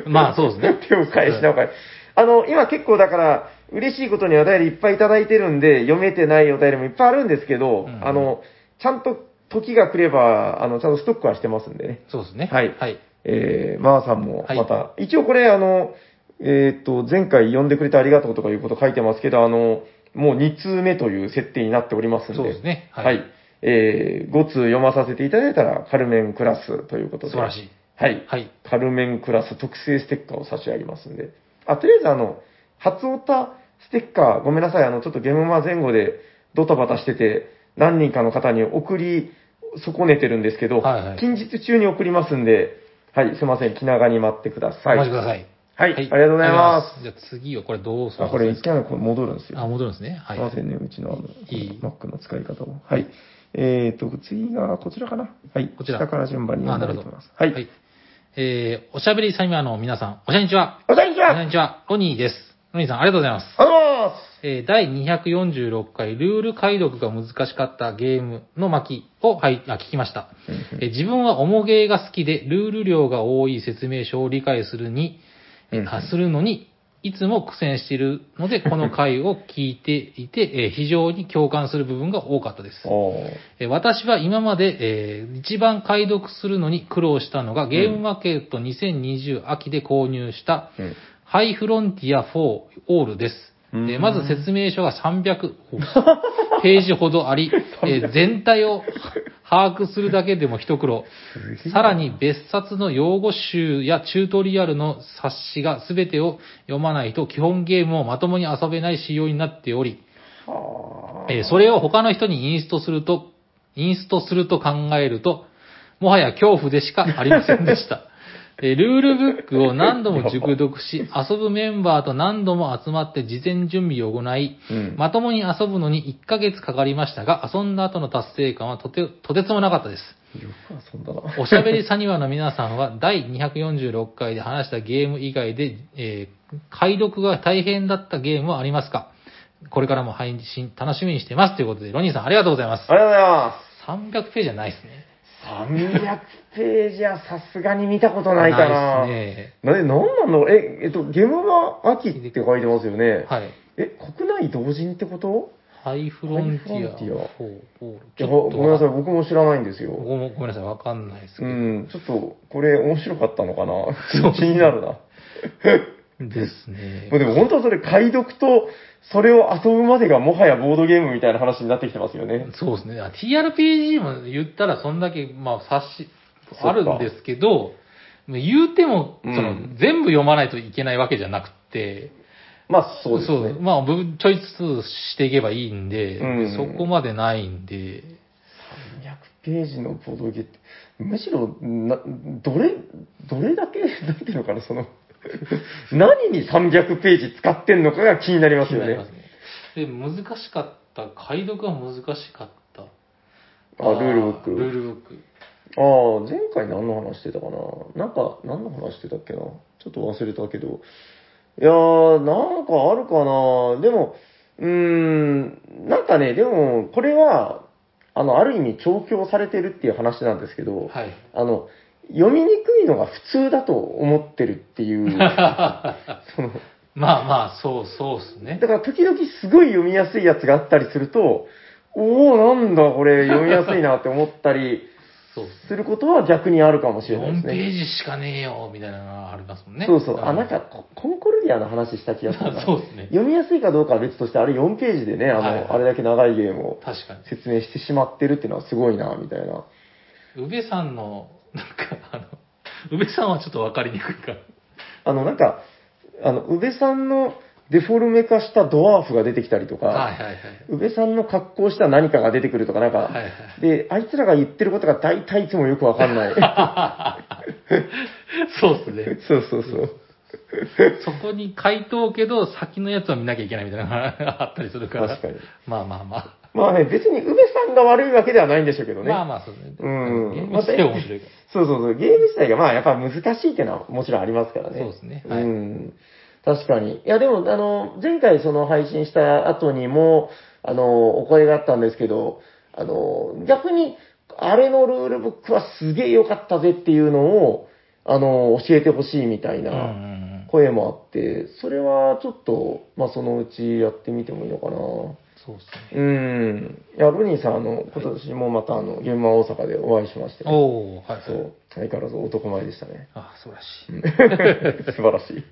Speaker 1: まあそうですね。
Speaker 2: 手を返しなおかえあの、今結構だから、嬉しいことにお便りいっぱいいただいてるんで、読めてないお便りもいっぱいあるんですけど、
Speaker 1: うん
Speaker 2: あの、ちゃんと時が来れば、あの、ちゃんとストックはしてますんでね。
Speaker 1: そうですね。
Speaker 2: はい
Speaker 1: はい。
Speaker 2: えー、まーさんも、
Speaker 1: はい
Speaker 2: また、一応これ、あの、えーっと、前回呼んでくれてありがとうとかいうこと書いてますけど、あの、もう2通目という設定になっておりますんで。
Speaker 1: そうですね。
Speaker 2: はい。。えー、5通読まさせていただいたら、カルメンクラスということ
Speaker 1: 素
Speaker 2: で。
Speaker 1: 晴らしい。
Speaker 2: はい。
Speaker 1: はい。
Speaker 2: カルメンクラス特製ステッカーを差し上げますんで。あ、とりあえずあの、初オタステッカー、ごめんなさい、あの、ちょっとゲームマ前後でドタバタしてて、何人かの方に送り損ねてるんですけど、
Speaker 1: はいはい
Speaker 2: 近日中に送りますんで、はい、すいません、気長に待ってください。
Speaker 1: お待ちください。。
Speaker 2: はい、ありがとうございます
Speaker 1: じゃあ次はこれどうす
Speaker 2: す。あ、
Speaker 1: る
Speaker 2: これ一回これ戻るんですよ。
Speaker 1: あ、戻るんですね。は
Speaker 2: す
Speaker 1: い
Speaker 2: い。ませんね、うちのあの、
Speaker 1: いい
Speaker 2: Mac の使い方を。はい。えーと、次がこちらかな。はい。
Speaker 1: こちら
Speaker 2: 下から順番に
Speaker 1: あ、な
Speaker 2: 読
Speaker 1: る
Speaker 2: ん
Speaker 1: ほ
Speaker 2: でいき
Speaker 1: ど
Speaker 2: ます。。はい。
Speaker 1: えー、おしゃべりサイマーの皆さん、おしゃにちは。
Speaker 2: おじゃんにち
Speaker 1: おし
Speaker 2: は
Speaker 1: ゃにちは。ロニーです。ロニーさん、ありがとうございます。
Speaker 2: ありがとうございます
Speaker 1: えー第246回ルール解読が難しかったゲームの巻を、はい、あ聞きました、えー自分は重ゲーが好きでルール量が多い説明書を理解するに、えー
Speaker 2: うんうん
Speaker 1: するのにいつも苦戦しているのでこの回を聞いていて、えー非常に共感する部分が多かったです
Speaker 2: おー
Speaker 1: えー私は今まで、えー一番解読するのに苦労したのがゲームマーケット2020秋で購入した、
Speaker 2: うん
Speaker 1: ハイフロンティア4オールです。
Speaker 2: うん
Speaker 1: えーまず説明書が300お ページほどあり、えー全体を把握するだけでも一苦 労。さらに別冊の用語集やチュートリアルの冊子が全てを読まないと基本ゲームをまともに遊べない仕様になっており、
Speaker 2: はあ
Speaker 1: えーそれを他の人にインストすると、インストすると考えると、もはや恐怖でしかありませんでした。えールールブックを何度も熟読し、遊ぶメンバーと何度も集まって事前準備を行い、
Speaker 2: うん
Speaker 1: まともに遊ぶのに1ヶ月かかりましたが、遊んだ後の達成感はとて、とてつもなかったです。
Speaker 2: よく遊んだな。
Speaker 1: おしゃべりサニワの皆さんは、第246回で話したゲーム以外で、えー解読が大変だったゲームはありますかこれからも配信楽しみにしてます。ということで、ロニーさんありがとうございます
Speaker 2: あ。りがとうございま
Speaker 1: 300ページじゃないですね。
Speaker 2: す。300ページはさすがに見たことないかな。
Speaker 1: ないですね。
Speaker 2: な、なんなんだろうえ、えっと、ゲームは秋って書いてますよね。
Speaker 1: はい。
Speaker 2: え、国内同人ってこと
Speaker 1: ハイフロンティア。
Speaker 2: ハイフロンティア
Speaker 1: ほうほう
Speaker 2: いやごめんなさい、
Speaker 1: い。
Speaker 2: 僕も知らないんですよ。
Speaker 1: ごめんごめんなさい、わかんないですけ
Speaker 2: う
Speaker 1: ど。
Speaker 2: ん、ちょっと、これ面白かったのかな気になるな。
Speaker 1: ですね
Speaker 2: まあ。でも本当それ解読と、それを遊ぶまでがもはやボードゲームみたいな話になってきてますよね。
Speaker 1: そうですね。あ TRPG も言ったらそんだけ、まあ、冊
Speaker 2: そっ
Speaker 1: 子、
Speaker 2: か
Speaker 1: あるんですけど、言うても、その、
Speaker 2: うん
Speaker 1: 全部読まないといけないわけじゃなくて、
Speaker 2: まあそうですね。
Speaker 1: まあ、部分ちょいずつしていけばいいんで、
Speaker 2: うん
Speaker 1: そこまでないんで、
Speaker 2: 300ページのボードゲーって、むしろ、な、どれ、どれだけ、 なんていうのかな、その、 何に300ページ使ってんのかが気になります
Speaker 1: 気に
Speaker 2: よ
Speaker 1: なりま
Speaker 2: ね
Speaker 1: す。ね。で、難しかった。解読は難しかった。
Speaker 2: あ、ルールブック。
Speaker 1: ルールブック。
Speaker 2: ああ、前回何の話してたかななんか、何の話してたっけなちょっと忘れたけど。いやー、なんかあるかなでも、うーん、なんかね、でも、これは、あの、ある意味調教されてるっていう話なんですけど、
Speaker 1: はい。
Speaker 2: あの、読みにくいのが普通だと思ってるっていう、 その、
Speaker 1: まあまあ、そうそうっすね
Speaker 2: だ。から時々すごい読みやすいやつがあったりすると、おおなんだこれ読みやすいなって思ったり
Speaker 1: そうっ
Speaker 2: することは逆にあるかもし
Speaker 1: す。
Speaker 2: れないで
Speaker 1: 4
Speaker 2: す
Speaker 1: ペ
Speaker 2: ね。
Speaker 1: ージしかねえよ、みたいなのがありますもんね。
Speaker 2: そうそう。あ、
Speaker 1: ん
Speaker 2: なんか、ココンコルディアの話した気がする な。
Speaker 1: そうですね。
Speaker 2: 読みやすいかどうかは別として、あれ4ページでね、あの、
Speaker 1: はい
Speaker 2: あれだけ長いゲームを
Speaker 1: 確かに。
Speaker 2: 説明してしまってるっていうのはすごいな、みたいな。
Speaker 1: 宇部さんの、なんか、あの、宇部さんはちょっとわかりにくいから。
Speaker 2: あの、なんか、あの、宇部さんのデフォルメ化したドワーフが出てきたりとか、
Speaker 1: はいはいはい。
Speaker 2: 宇部さんの格好した何かが出てくるとか、なんか、
Speaker 1: はいはい。
Speaker 2: で、あいつらが言ってることが大体いつもよくわかんない。
Speaker 1: そうっすね。
Speaker 2: そうそうそう。
Speaker 1: そこに回答けど、先のやつを見なきゃいけないみたいなのがあったりするから。
Speaker 2: 確かに。
Speaker 1: まあまあまあ。
Speaker 2: まあね、別に宇部さんが悪いわけではないんでしょうけどね。
Speaker 1: まあまあ、そうですね。
Speaker 2: うん
Speaker 1: ゲーム自体は面白いか
Speaker 2: そうそうそう。ゲーム自体がまあやっぱ難しいっていうのはもちろんありますから
Speaker 1: ら。
Speaker 2: ね。
Speaker 1: そうですね。は
Speaker 2: う
Speaker 1: い。
Speaker 2: ん。確かに。いやでも、あの、前回その配信した後にも、あの、お声があったんですけど、あの、逆に、あれのルールブックはすげえ良かったぜっていうのを、あの、教えてほしいみたい
Speaker 1: うんうんう
Speaker 2: な。
Speaker 1: ん。
Speaker 2: 声もあって、それはちょっと、まあ、そのうちやってみてもいいのかな。
Speaker 1: そうですね。
Speaker 2: うん。いや、ロニーさん、あの、今年もまた、あの、現場大阪でお会いしまして、
Speaker 1: おおはい。
Speaker 2: そう。相変わらず男前でした ね。
Speaker 1: あ、素晴らし
Speaker 2: う
Speaker 1: い。
Speaker 2: ん素晴らしい。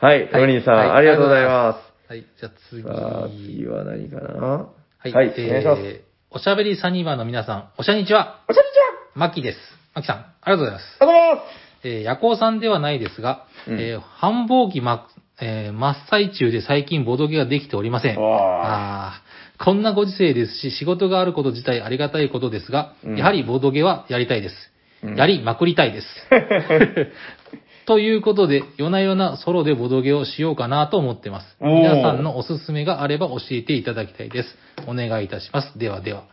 Speaker 2: はい、
Speaker 1: はい
Speaker 2: ロニーさん、
Speaker 1: はい
Speaker 2: ありがとうございま
Speaker 1: はい。じゃあ
Speaker 2: す。さあ、
Speaker 1: 次。
Speaker 2: 次は何かな
Speaker 1: はい。
Speaker 2: はいお願いします
Speaker 1: えーおしゃべりサニーバーの皆さん、おしゃにちは。
Speaker 2: おしゃれ
Speaker 1: マキです。マキさん、ありがとうございます。
Speaker 2: ちゃんありがとうございます
Speaker 1: えー夜行さんではないですが、
Speaker 2: うん
Speaker 1: えー繁忙期ま、えー真っ最中で最近ボドゲができておりません。
Speaker 2: わ
Speaker 1: あーこんなご時世ですし、仕事があること自体ありがたいことですが、
Speaker 2: うん
Speaker 1: やはりボドゲはやりたいです。
Speaker 2: うん
Speaker 1: やりまくりたい です。ということで、夜な夜なソロでボドゲをしようかなと思ってます。
Speaker 2: おー
Speaker 1: 皆さんのおすすめがあれば教えていただきたいです。お願いいたします。ではでは。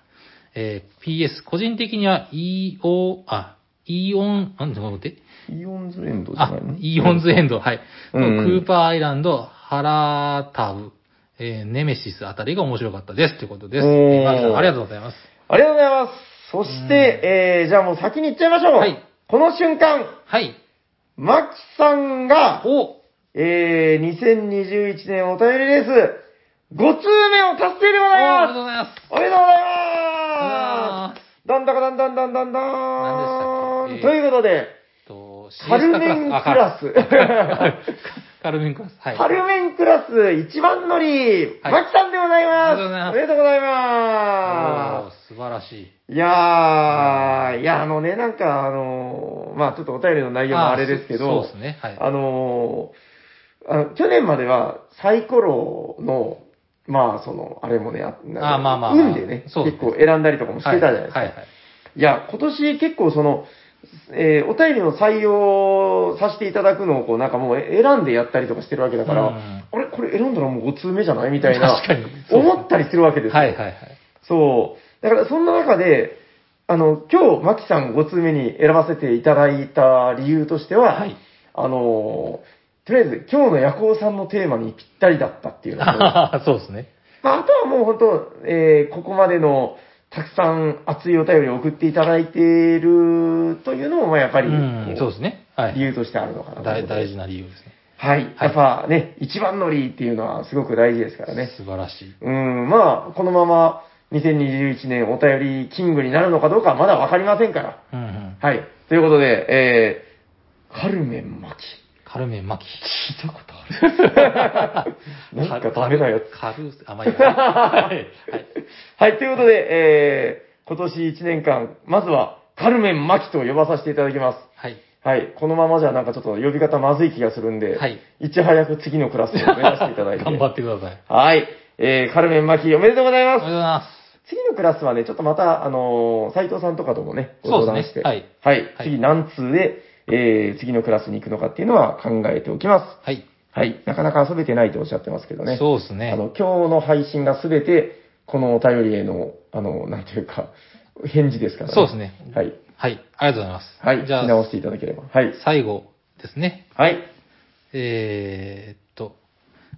Speaker 1: えー PS、個人的には EO、あ、イオン、あ、ちょっと待って。
Speaker 2: イオンズエンドじゃ
Speaker 1: あ
Speaker 2: ないの、
Speaker 1: イオンズエンド、はい。と、
Speaker 2: うんうん
Speaker 1: クーパーアイランド、ハラタブ、えーネメシスあたりが面白かったです。ということです。
Speaker 2: おー
Speaker 1: えーマルさんありがとうございます。
Speaker 2: ありがとうございます。そして、えー、じゃあもう先に行っちゃいましょう。
Speaker 1: はい
Speaker 2: この瞬間、
Speaker 1: はい。
Speaker 2: マキさんが、
Speaker 1: お
Speaker 2: えー、2021年お便りレース、5通目を達成でご
Speaker 1: あ
Speaker 2: ざ
Speaker 1: ありがとう
Speaker 2: います
Speaker 1: ございます。
Speaker 2: おめでとうございま
Speaker 1: あ
Speaker 2: すだんだかだんだんだんだんだー
Speaker 1: 何
Speaker 2: ん
Speaker 1: でしたっけ
Speaker 2: ということで、
Speaker 1: ーと、シエス
Speaker 2: カル
Speaker 1: タ
Speaker 2: メンクラス、
Speaker 1: あカルカルメンクラス。はい。
Speaker 2: カルメンクラス一番乗り、
Speaker 1: はい
Speaker 2: マキさんでございます
Speaker 1: あ
Speaker 2: お
Speaker 1: り
Speaker 2: めでとうございま
Speaker 1: お
Speaker 2: す
Speaker 1: ー素晴らしい。
Speaker 2: いやー、いや、あのね、なんか、あのーまあちょっとお便りの内容もあれですけ
Speaker 1: あー
Speaker 2: ど
Speaker 1: そ、そうですね。はい。
Speaker 2: あのーあの去年まではサイコロの、まあその、あれもね、あなんか
Speaker 1: あーまあまあまあ
Speaker 2: 運でね、結
Speaker 1: そうですね
Speaker 2: 構選んだりとかもしてたじゃないですか。
Speaker 1: はいい。はい
Speaker 2: や、今年結構その、えーお便りの採用させていただくのを、こう、なんかもう選んでやったりとかしてるわけだから、
Speaker 1: うん
Speaker 2: あれこれ選んだらもう5通目じゃないみたいな
Speaker 1: 確、かに。
Speaker 2: 思った
Speaker 1: り
Speaker 2: りするわけですよ。
Speaker 1: はいはいはい。
Speaker 2: そう。だからそんな中で、あの、今日、マキさん5通目に選ばせていただいた理由としては、
Speaker 1: はい
Speaker 2: あの、とりあえず今日の夜行さんのテーマにぴったりだったっていうのと、ま あ、
Speaker 1: あははそうですね。
Speaker 2: あとはもう本当、えーここまでのたくさん熱いお便りを送っていただいているというのも、まあやっぱり、
Speaker 1: うん、そうですね。は
Speaker 2: 理
Speaker 1: い。
Speaker 2: 由としてあるのかなと
Speaker 1: 大大事な理由ですね。
Speaker 2: はい。やっぱね、一番乗りっていうのはすごく大事ですからね。
Speaker 1: 素晴らしい。
Speaker 2: うん、まあ、このまま2021年お便りキングになるのかどうかはまだわかりませんから。
Speaker 1: うんうん。
Speaker 2: はい。ということで、えー、カルメン巻き。
Speaker 1: カルメン・マキ。
Speaker 2: 聞いたことある。 なんかダメなやつ。
Speaker 1: カル、甘い な。はい。はい
Speaker 2: はい、ということで、えー、今年1年間、まずはカルメン巻きと呼ばさせていただきます。
Speaker 1: はい。
Speaker 2: はい、このままじゃなんかちょっと呼び方まずい気がするんで、
Speaker 1: はい。
Speaker 2: いち早く次のクラスを目指していただいて。
Speaker 1: 頑張ってください。ありが
Speaker 2: はい、えー、カルメン巻きおめでとうござい
Speaker 1: とう
Speaker 2: ます
Speaker 1: ございま
Speaker 2: 次のクラスはね、ちょっとまた、あのー斉藤さんとかともね、ご相談して、
Speaker 1: そうですね
Speaker 2: はい。
Speaker 1: はい
Speaker 2: 次何通で、えー次のクラスに行くのかっていうのは考えておきます。
Speaker 1: はい。
Speaker 2: はい。なかなか遊べてないとおっしゃってますけどね。
Speaker 1: そうです
Speaker 2: あ
Speaker 1: ね。
Speaker 2: の、今日の配信がすべて、このお便りへの、あの、なんていうか、返事ですから
Speaker 1: そうですね。
Speaker 2: はい。
Speaker 1: はい。ありがとうございます。
Speaker 2: はい。
Speaker 1: じゃ
Speaker 2: 聞き
Speaker 1: あ
Speaker 2: 直、していただければ。はい。
Speaker 1: 最後ですね。
Speaker 2: はい。
Speaker 1: えー、っと、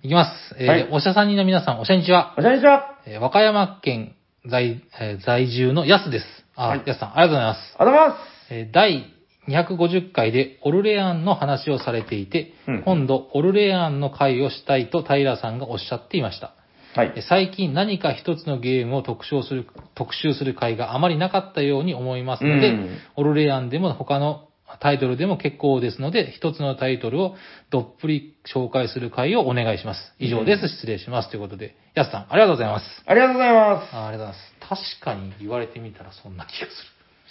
Speaker 1: いきます。えー
Speaker 2: はい
Speaker 1: おしゃさんにの皆さん、おしゃにちは。
Speaker 2: おしゃれしゃ
Speaker 1: えー和歌山県在,、えー在住のやすです。あ、
Speaker 2: はい
Speaker 1: やすさん、ありがとうございます。
Speaker 2: あざます
Speaker 1: えー第250回でオルレアンの話をされていて、
Speaker 2: うん
Speaker 1: 今度オルレアンの会をしたいと平さんがおっしゃっていました。
Speaker 2: はい
Speaker 1: えー。最近何か一つのゲームを特集する、特集する会があまりなかったように思いますので、
Speaker 2: うん
Speaker 1: オルレアンでも他のタイトルでも結構ですので、一つのタイトルをどっぷり紹介する会をお願いします。以上です。失礼します。ということで、やすさん、ありがとうございます。
Speaker 2: ありがとうございます。
Speaker 1: あありがとうございます。確かに言われてみたらそんな気がす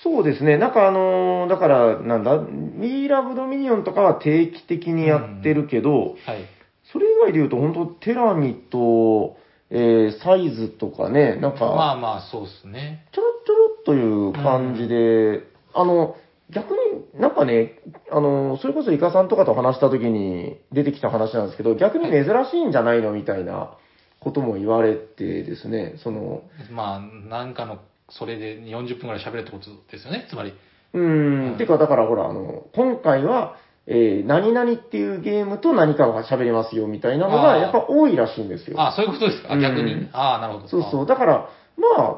Speaker 2: そうですね。なんかあのーだから、なんだ、ミーラブドミニオンとかは定期的にやってるけど、
Speaker 1: る。はい。
Speaker 2: それ以外で言うと、本当テラミと、えー、サイズとかね、なんか、
Speaker 1: まあまあ、そうですね。
Speaker 2: ちょろちょろっという感じで、あの、逆になんかね、あの、それこそイカさんとかと話した時に出てきた話なんですけど、逆に珍しいんじゃないのみたいなことも言われてですね、その、
Speaker 1: まあ、なんかの、それで40分ぐらい喋るってことですよね。つまり。
Speaker 2: うー、
Speaker 1: うんん
Speaker 2: てかだからほら、あの、今回は、えー何々っていうゲームと何かが喋れますよみたいなのが
Speaker 1: あー
Speaker 2: やっぱ多いらしいんですよ。
Speaker 1: ああ、そういうことですか。あ逆に。
Speaker 2: うん
Speaker 1: ああ、なるほど。
Speaker 2: そうそう。だから、まあ、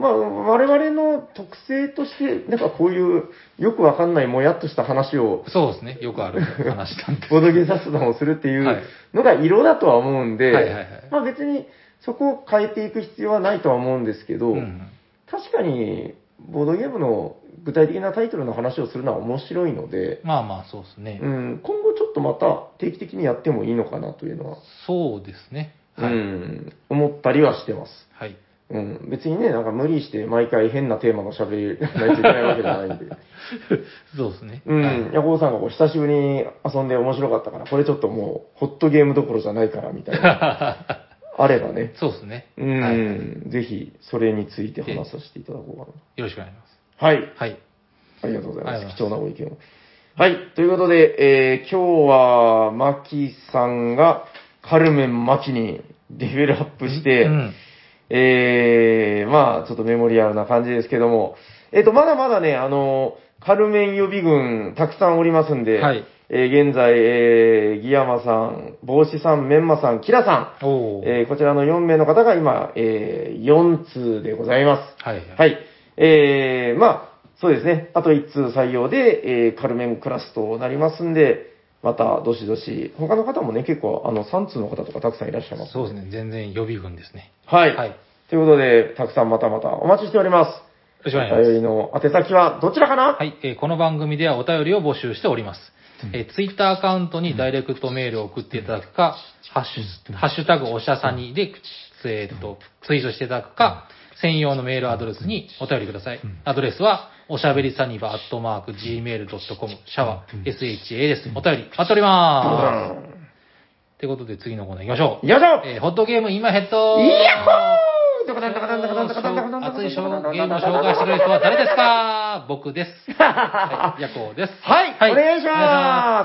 Speaker 2: まあ、我々の特性として、なんかこういうよくわかんないもやっとした話を
Speaker 1: あ。そうですね。よくある話なんで。
Speaker 2: ボードゲーム雑談をするってい
Speaker 1: はいう
Speaker 2: のが色だとは思うんで、
Speaker 1: はいはいはい
Speaker 2: まあ別にそこを変えていく必要はないとは思うんですけど、
Speaker 1: うん。
Speaker 2: 確かにボードゲームの具体的なタイトルの話をするのは面白いので、
Speaker 1: まあまあ、そうですね。
Speaker 2: うん、今後ちょっとまた定期的にやってもいいのかなというのは、
Speaker 1: そうですね。はい。
Speaker 2: うん、思ったりはしてます。
Speaker 1: はい。
Speaker 2: うん、別にね、なんか無理して毎回変なテーマの喋らないといけないわけじゃないん で。
Speaker 1: そうですね。
Speaker 2: う
Speaker 1: はい
Speaker 2: ん、ヤコウさんがこう久しぶりに遊んで面白かったから、これちょっともう、ホットゲームどころじゃないから、みたいな、あればね。
Speaker 1: そうですね。
Speaker 2: うん、
Speaker 1: はい。よ
Speaker 2: ぜひ、それについて話させていただこうか
Speaker 1: ろしくお願いします。
Speaker 2: な。はい、
Speaker 1: はい。
Speaker 2: ありがとうござい
Speaker 1: あり
Speaker 2: ま
Speaker 1: が
Speaker 2: す。貴
Speaker 1: と
Speaker 2: 重なご意見を。はい、ということで、えー、今日は、マキさんが、カルメン・マキにレベルアップして、
Speaker 1: うん。
Speaker 2: えー、まあ、ちょっとメモリアルな感じですけども、えっ、と、まだまだね、あの、カルメン予備軍、たくさんおりますんで、
Speaker 1: はい
Speaker 2: えー現在、えー、ギヤマさん、帽子さん、メンマさん、キラさ
Speaker 1: お
Speaker 2: ん、
Speaker 1: ー。
Speaker 2: えーこちらの4名の方が今、えー、4通でございます。
Speaker 1: はい。。
Speaker 2: はいい。えー、まあ、そうですね。あと1通採用で、えーカルメンクラスとなりますんで、また、どしどし、他の方もね、結構、あの、3通の方とかたくさんいらっしゃいます。
Speaker 1: そうですね。全然予備軍ですね。
Speaker 2: はい。
Speaker 1: はい。よ
Speaker 2: ということで、たくさんまたまたお待ちしております。
Speaker 1: ろしくお願いし
Speaker 2: お
Speaker 1: ます。
Speaker 2: 便りの宛先はどちらかな
Speaker 1: はい、えーこの番組ではお便りを募集しております。えー、ツイッターアカウントにダイレクトメールを送っていただくか、ハッシュ、ハッシュタグおしゃさにで、えーっと、ツイートしていただくか、専用のメールアドレスにお便りください。アドレスは、おしゃべりさにばアットマーク gmail.com、シャワー、sha です。お便り、待っておりま
Speaker 2: う
Speaker 1: す。ということで次のコーナー行きましょ
Speaker 2: んよいしょ
Speaker 1: う。えーホットゲーム今ヘッド
Speaker 2: いやっほーどこだどこだどこだどこだどこだ
Speaker 1: 熱いショーゲームを紹介してくれる人は誰ですか僕です。はい、夜行です。
Speaker 2: はい、お願
Speaker 1: お願い
Speaker 2: いし
Speaker 1: しま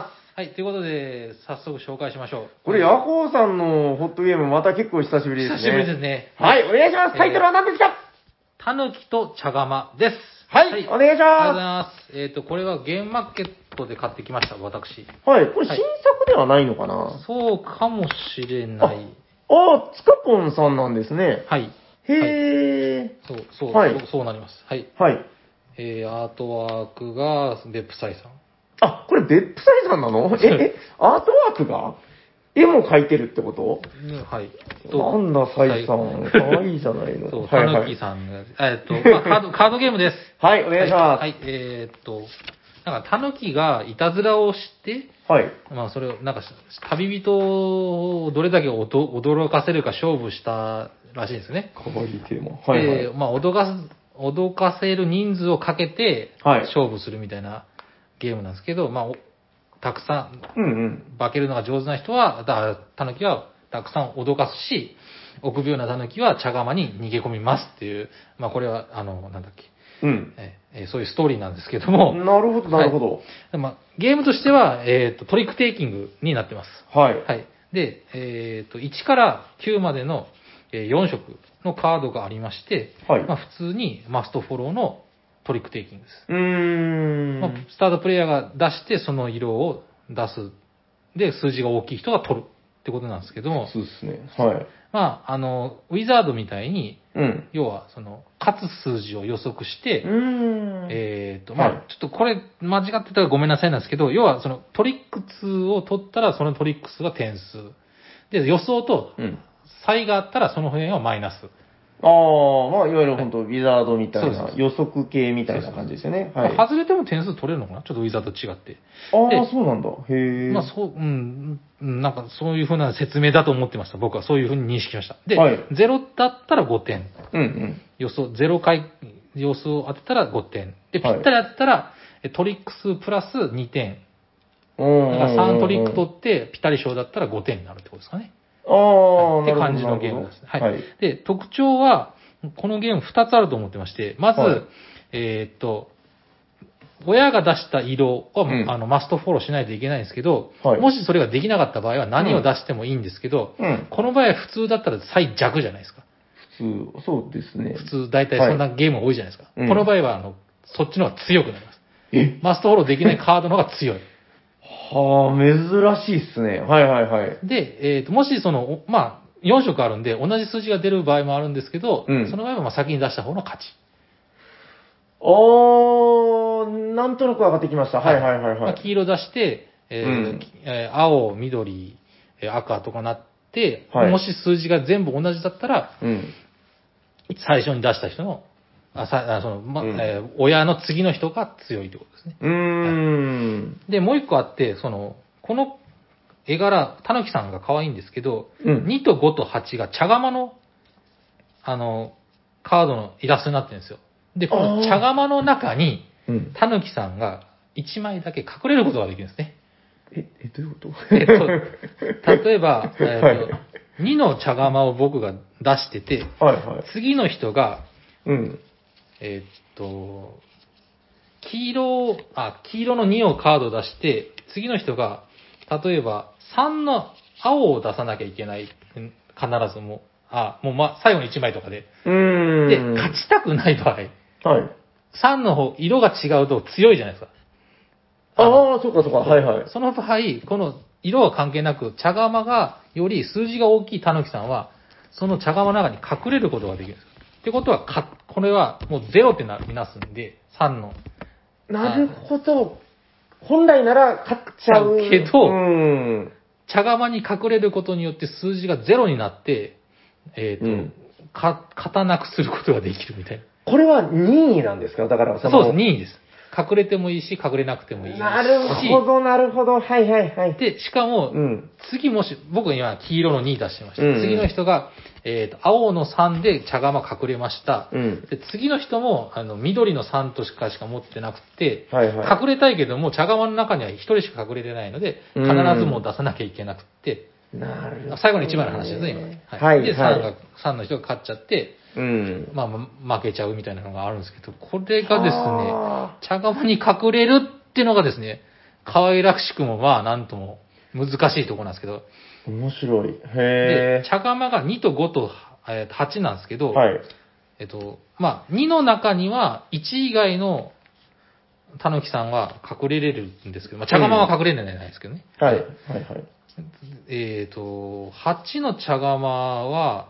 Speaker 2: ます
Speaker 1: はい、ということで、早速紹介しましょう。
Speaker 2: すこれ、ヤコウさんのホットゲーム、また結構久しぶりですね。
Speaker 1: 久しぶりですね。
Speaker 2: はい、お願いしますタイトルは何ですか
Speaker 1: たぬきと茶釜です。
Speaker 2: はい、お
Speaker 1: あり
Speaker 2: 願い
Speaker 1: がとうござい
Speaker 2: しま
Speaker 1: ます。えっ、と、これはゲームマーケットで買ってきました、私。
Speaker 2: すはい、これ新作ではないのかな
Speaker 1: そうかもしれない。
Speaker 2: あ、つかぽんさんなんですね。
Speaker 1: はい。
Speaker 2: へー。
Speaker 1: そう、そう、
Speaker 2: はい
Speaker 1: そうそうなります。はい。
Speaker 2: はい。
Speaker 1: えー、アートワークが、ベップサイさん。
Speaker 2: あ、これ別府イさんなのえ、 え、アートワークが絵も描いてるってこと
Speaker 1: うんはい。
Speaker 2: なんだ、サイさん。かわいいじゃないの。
Speaker 1: そう、
Speaker 2: はい、
Speaker 1: た
Speaker 2: は
Speaker 1: ぬき
Speaker 2: い。
Speaker 1: さんが、えっと、まあ、カード、カードゲームです。
Speaker 2: はい、お願いします。は。
Speaker 1: はいい、はいえーっと、なんか、たぬきがいたずらをして、
Speaker 2: はい。
Speaker 1: まあ、それを、なんか、旅人をどれだけおど驚かせるか勝負したらしいんですね。
Speaker 2: かわいいテーマ。はい、はい。
Speaker 1: で、まあ、脅かす、脅かせる人数をかけて、
Speaker 2: はい
Speaker 1: 勝負するみたいなゲームなんですけど、まあ、おたくさん、
Speaker 2: うんうん。
Speaker 1: 化けるのが上手な人は、だたぬきはたくさん脅かすし、臆病なタヌキは茶釜に逃げ込みますっていう、まあこれは、あの、なんだっけ、
Speaker 2: うん。
Speaker 1: ええそういうストーリーなんですけども、
Speaker 2: なるほど、なるほど。
Speaker 1: まあ、ゲームとしては、えっ、と、トリックテイキングになってます。
Speaker 2: はい。
Speaker 1: はい。で、えっ、と、1から9までの、え4色のカードがありまして、
Speaker 2: はい。
Speaker 1: まあ、普通にマストフォローのトリックテイキングです。
Speaker 2: うーん。
Speaker 1: まあ、スタートプレイヤーが出して、その色を出す。で、数字が大きい人が取るってことなんですけども、
Speaker 2: そうですね。はい。
Speaker 1: まあ、あの、ウィザードみたいに、
Speaker 2: うん。
Speaker 1: 要は、その、勝つ数字を予測し
Speaker 2: う
Speaker 1: て、
Speaker 2: ーん。
Speaker 1: えっ、と、まあ、
Speaker 2: はい
Speaker 1: ちょっとこれ間違ってたらごめんなさいなんですけど、要はそのトリック数を取ったらそのトリック数が点数。で、予想と
Speaker 2: うん。
Speaker 1: 差異があったらその辺はマイナス。
Speaker 2: ああ、まあ、いわゆる本当、ウィザードみたい
Speaker 1: そう
Speaker 2: な
Speaker 1: で、
Speaker 2: 予測系みたいな感じですよね。はい。
Speaker 1: まあ
Speaker 2: あ
Speaker 1: 外れても点数取れるのかなちょっとウィザーと違って。
Speaker 2: あ
Speaker 1: で
Speaker 2: ー、そうなんだ。へえ。
Speaker 1: まあそう、うん、うんなんかそういうふうな説明だと思ってました。僕はそういうふうに認識しました。で、
Speaker 2: はい
Speaker 1: 0だったら5点。
Speaker 2: うんうん。
Speaker 1: 予想、0回予想当てたら5点。で、ぴ
Speaker 2: はい
Speaker 1: ったり当てたら、えトリック数プラス2点。
Speaker 2: うん
Speaker 1: だ
Speaker 2: うん
Speaker 1: か
Speaker 2: うん
Speaker 1: ら3トリック取って、ぴったり賞だったら5点になるってことですかね。
Speaker 2: ああ、
Speaker 1: っ
Speaker 2: な
Speaker 1: て
Speaker 2: るほど
Speaker 1: 感じのゲームですね。
Speaker 2: な
Speaker 1: は
Speaker 2: る
Speaker 1: い。
Speaker 2: ほどはい。
Speaker 1: で、特徴は、このゲーム2つあると思ってまして、まず、
Speaker 2: はい
Speaker 1: えーっと、親が出した色は、
Speaker 2: うん
Speaker 1: あの、マストフォローしないといけないんですけど、
Speaker 2: はい
Speaker 1: もしそれができなかった場合は何を出してもいいんですけど、
Speaker 2: うん。
Speaker 1: この場合は普通だったら最弱じゃないですか。
Speaker 2: 普通、そうですね。
Speaker 1: 普通、大体そんなゲーム多いじゃないですか。
Speaker 2: うん
Speaker 1: この場合は、あの、そっちの方が強くなります。
Speaker 2: え
Speaker 1: マストフォローできないカードの方が強い。
Speaker 2: はあ、珍しいっすね。はいはいはい。
Speaker 1: で、えーと、もしその、おまあ、4色あるんで、同じ数字が出る場合もあるんですけど、
Speaker 2: うん
Speaker 1: その場合はまあ先に出した方の勝ち。
Speaker 2: おー、なんとなく上がってきました。はいはいはいは
Speaker 1: まあ、
Speaker 2: い。
Speaker 1: 黄色出して、えー
Speaker 2: うん
Speaker 1: きえー青、緑、えー赤とかなって、
Speaker 2: はい
Speaker 1: もし数字が全部同じだったら、
Speaker 2: うん。
Speaker 1: 最初に出した人の、あさあそのま
Speaker 2: うん
Speaker 1: えー親の次の人が強いということですね。
Speaker 2: うーん。
Speaker 1: で、もう一個あって、その、この絵柄、たぬきさんが可愛いんですけど、
Speaker 2: うん。
Speaker 1: 2と5と8が茶釜の、あの、カードのイラストになってるんですよ。で、この茶釜の中に、
Speaker 2: うん。
Speaker 1: たぬきさんが1枚だけ隠れることができるんですね。
Speaker 2: え、え、どういうこと
Speaker 1: えっ と、例え ば、えっと
Speaker 2: はい
Speaker 1: 2の茶釜を僕が出してて、
Speaker 2: はいはい。
Speaker 1: 次の人が、
Speaker 2: うん。
Speaker 1: えっと、黄色を、あ、黄色の2をカードを出して、次の人が、例えば3の青を出さなきゃいけない、ん必ずもう、あ、もうま、最後の1枚とかで。
Speaker 2: うーん。
Speaker 1: で、勝ちたくない場合、
Speaker 2: はい。
Speaker 1: 3の方、色が違うと強いじゃないですか。
Speaker 2: ああ、そうかそうか。はいはい。
Speaker 1: その場合、この色は関係なく、茶釜がより数字が大きいタヌキさんは、その茶釜の中に隠れることができるんです。ってことは、かこれはもうゼロってなみなすんで、3の。
Speaker 2: なるほど。本来なら勝っちゃう。
Speaker 1: けど
Speaker 2: うん。
Speaker 1: 茶釜に隠れることによって数字がゼロになって、えっ、と、
Speaker 2: うん
Speaker 1: か、勝たなくすることができるみたいな。
Speaker 2: これは任意なんですかだから
Speaker 1: そうです、2位です。隠れてもいいし、隠れなくてもいいし。
Speaker 2: なるほど、なるほど。はいはいはい。
Speaker 1: で、しかも、
Speaker 2: うん。
Speaker 1: 次もし、僕今黄色の2出してました。
Speaker 2: うんうん
Speaker 1: 次の人が、えっ、と、青の3で茶釜隠れました。
Speaker 2: うん。
Speaker 1: で、次の人も、あの、緑の3としかしか持ってなくて、
Speaker 2: はいはい。
Speaker 1: 隠れたいけども、茶釜の中には1人しか隠れてないので、必ずもう出さなきゃいけなくって、
Speaker 2: なるほど
Speaker 1: 最後の1枚の話ですね、今。
Speaker 2: はい
Speaker 1: で、3
Speaker 2: は
Speaker 1: が、3の人が勝っちゃって、
Speaker 2: い。うん。
Speaker 1: まあまあ、負けちゃうみたいなのがあるんですけど、これがですね、
Speaker 2: あ
Speaker 1: 茶釜に隠れるってのがですね、可愛らしくも、まあ、なんとも難しいところなんですけど、
Speaker 2: ー。面白い。
Speaker 1: で
Speaker 2: へ、
Speaker 1: 茶釜が2と5とえー8なんですけ
Speaker 2: え。
Speaker 1: ど、
Speaker 2: はい。
Speaker 1: えっと、まあ、2の中には1以外のたぬきさんは隠れれるんですけど、まあ、茶釜は隠れれないですけどね。
Speaker 2: はい。はいはい。
Speaker 1: えっと、8の茶釜は、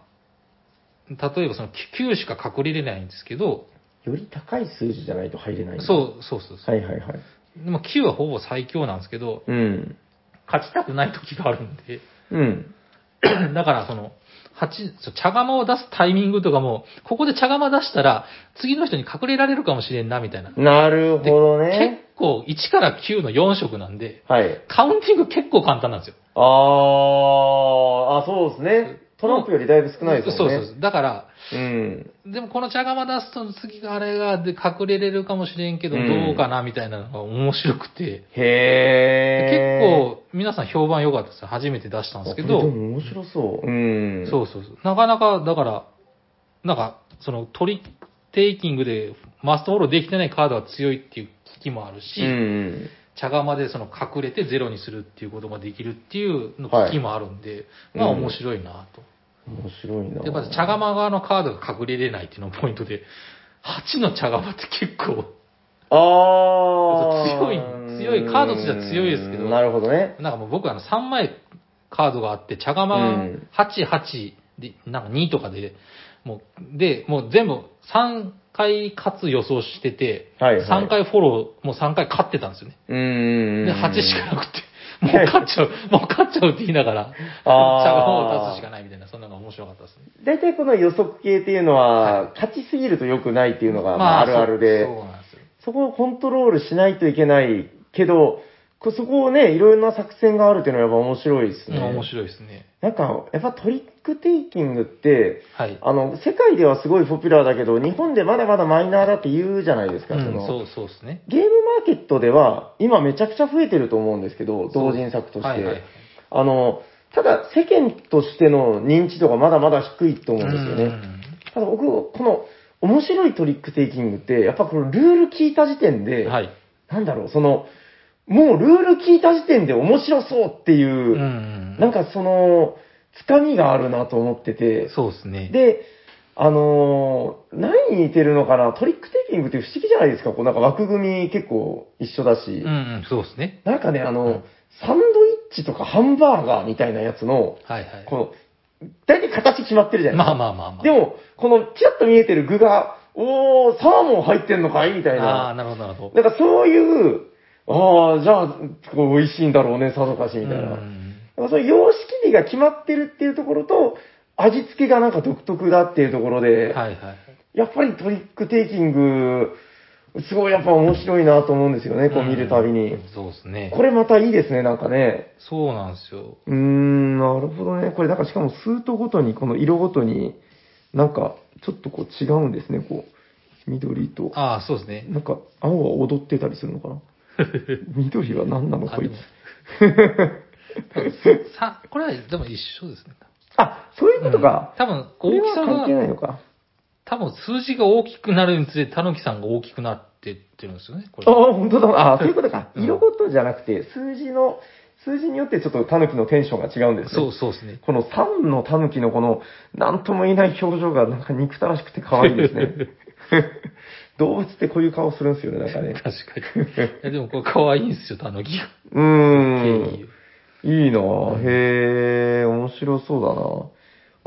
Speaker 1: 例えばその9しか隠れれないんですけど、
Speaker 2: より高い数字じゃないと入れない。う。
Speaker 1: そう、そうそうそ
Speaker 2: はいはいはい。
Speaker 1: う。でも9はほぼ最強なんですけど、
Speaker 2: うん。
Speaker 1: 勝ちたくない時があるんで、
Speaker 2: うん。
Speaker 1: だからその、八そう茶釜を出すタイミングとかも、ここで茶釜出したら、次の人に隠れられるかもしれんな、みたいな。
Speaker 2: なるほど
Speaker 1: 結
Speaker 2: ね。
Speaker 1: 構、1から9の4色なんで、
Speaker 2: はい。
Speaker 1: カウンティング結構簡単なんですよ。
Speaker 2: あー、あ、そうですね。トランプよりだいぶ少ないです
Speaker 1: そ
Speaker 2: も
Speaker 1: うん
Speaker 2: ね。
Speaker 1: そうそう。だから、
Speaker 2: う。うん。
Speaker 1: でもこの茶釜出すと次があれがで隠れれるかもしれんけど、
Speaker 2: うん
Speaker 1: どうかな、みたいなのが面白くて、結
Speaker 2: へえ。
Speaker 1: 構、皆さん評判良かったですよ。初めて出したんですけ
Speaker 2: あこれ
Speaker 1: ど
Speaker 2: で、も面白そう。うん。
Speaker 1: そうそうそう。なかなか、だから、なんか、そのトリックテイキングでマストフォローできてないカードは強いっていう危機もあるし、
Speaker 2: うん。
Speaker 1: 茶釜でその隠れてゼロにするっていうことができるっていうの危機もあるんで、まあ
Speaker 2: うん
Speaker 1: 面白いなと。
Speaker 2: 面白いな。
Speaker 1: やっぱ茶釜側のカードが隠れれないっていうのがポイントで、8の茶釜って結構、
Speaker 2: あー
Speaker 1: 強い強いカードとしては強いですけど
Speaker 2: うんなるほどね。
Speaker 1: なんかもう僕あの3枚カードがあって、茶
Speaker 2: う
Speaker 1: 釜
Speaker 2: ん
Speaker 1: 88で、なんか2とかで、もう、で、もう全部3回勝つ予想してて、
Speaker 2: はいはい
Speaker 1: 3回フォロー、もう3回勝ってたんですよね。
Speaker 2: うんうんうん。
Speaker 1: で、8しかなくて、もう勝っちゃう、もう勝っちゃうって言いながら、茶
Speaker 2: あー
Speaker 1: 碗を出すしかないみたいな、そんなのが面白かったですね。
Speaker 2: 大体この予測系っていうのは、
Speaker 1: は
Speaker 2: 勝ちすぎると良くないっていうのが、まあ、あるあるで、
Speaker 1: そうそうなんですよ。
Speaker 2: そこをコントロールしないといけないけど、こそこをね、いろいろな作戦があるっていうのはやっぱ面白いですね。
Speaker 1: うん面白いですね。
Speaker 2: なんか、やっぱトリックテイキングって、
Speaker 1: はい。
Speaker 2: あの、世界ではすごいポピュラーだけど、日本でまだまだマイナーだって言うじゃないですか、
Speaker 1: うん
Speaker 2: その
Speaker 1: そうそうですね。
Speaker 2: ゲームマーケットでは、今めちゃくちゃ増えてると思うんですけど、同人作として。
Speaker 1: はいはい
Speaker 2: あの、ただ世間としての認知度がまだまだ低いと思うんですよね。
Speaker 1: うん
Speaker 2: ただ僕、この面白いトリックテイキングって、やっぱこのルール聞いた時点で、
Speaker 1: はい。
Speaker 2: なんだろう、その、もうルール聞いた時点で面白そうっていうう、
Speaker 1: ん
Speaker 2: なんかその、つかみがあるなと思ってて、
Speaker 1: そうですね。
Speaker 2: で、あのー何に似てるのかな、トリックテイキングって不思議じゃないですか、こうなんか枠組み結構一緒だ
Speaker 1: う
Speaker 2: し、
Speaker 1: んうん、そうですね。
Speaker 2: なんかね、あの、
Speaker 1: うん
Speaker 2: サンドイッチとかハンバーガーみたいなやつの、
Speaker 1: はいはい。
Speaker 2: この、大体形決まってるじゃないで
Speaker 1: ま
Speaker 2: すか。
Speaker 1: あまあまあまあ。
Speaker 2: でも、このチラッと見えてる具が、おー、サーモン入ってんのかいみたい
Speaker 1: ああー、な
Speaker 2: な。
Speaker 1: るほどなるほど。
Speaker 2: なんかそういう、ああ、じゃあ、こう美味しいんだろうね、さぞかし、みたいな。
Speaker 1: う
Speaker 2: なん
Speaker 1: ん
Speaker 2: かそういう様式美が決まってるっていうところと、味付けがなんか独特だっていうところで、
Speaker 1: はいはい。
Speaker 2: やっぱりトリックテイキング、すごいやっぱ面白いなと思うんですよね、こう見るたびに。
Speaker 1: うんそうですね。
Speaker 2: これまたいいですね、なんかね。
Speaker 1: そうなんですよ。
Speaker 2: うーん、なるほどね。これ、だからしかもスートごとに、この色ごとに、なんか、ちょっとこう違うんですね、こう。緑と。
Speaker 1: ああ、そうですね。
Speaker 2: なんか、青は踊ってたりするのかな緑は何なの、
Speaker 1: あ
Speaker 2: こいつ
Speaker 1: で。 さ、これはでも一緒ですね。
Speaker 2: あ、そういうことか。
Speaker 1: 多分、
Speaker 2: これ
Speaker 1: 大き
Speaker 2: は
Speaker 1: さ
Speaker 2: 関係な
Speaker 1: が、
Speaker 2: いのか。
Speaker 1: 多分数字が大きくなるにつれて、たぬきさんが大きくなってってるんですよね、これ。
Speaker 2: ああ、本 当だ。あそういうことか。
Speaker 1: うん
Speaker 2: 色ごとじゃなくて、数字の、数字によってちょっとタヌキのテンションが違うんですね。
Speaker 1: そうそうですね。
Speaker 2: この3のタヌキのこの、なんとも言えない表情がなんか憎たらしくて可愛いで すね。動物ってこういう顔するんですよね、なんかね
Speaker 1: 確。かに。 いや、でもこれ可愛いんですよ、たぬきが。
Speaker 2: うーん。いいなぁ。へえ、面白そ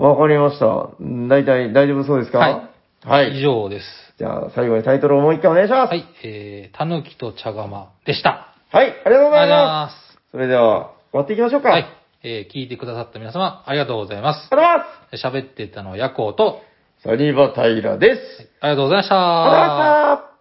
Speaker 2: うだなぁ。わかりました。大体大丈夫そうですか
Speaker 1: はい。
Speaker 2: は
Speaker 1: 以
Speaker 2: い。
Speaker 1: 上です。
Speaker 2: じゃあ、最後にタイトルをもう一回お願いします。
Speaker 1: はい。えー、たぬきと茶釜でした。
Speaker 2: はい。ありがとうございま
Speaker 1: あ
Speaker 2: す。それでは、終わっていきましょうか。
Speaker 1: りがとうございます。は
Speaker 2: あり
Speaker 1: い。えー、聞いてくださった皆様、ありがとうございま。
Speaker 2: がとうございます
Speaker 1: 喋ってたのはヤコウと、
Speaker 2: す。サニバタイラです。
Speaker 1: ありがとうございました。
Speaker 2: ありがとうございました。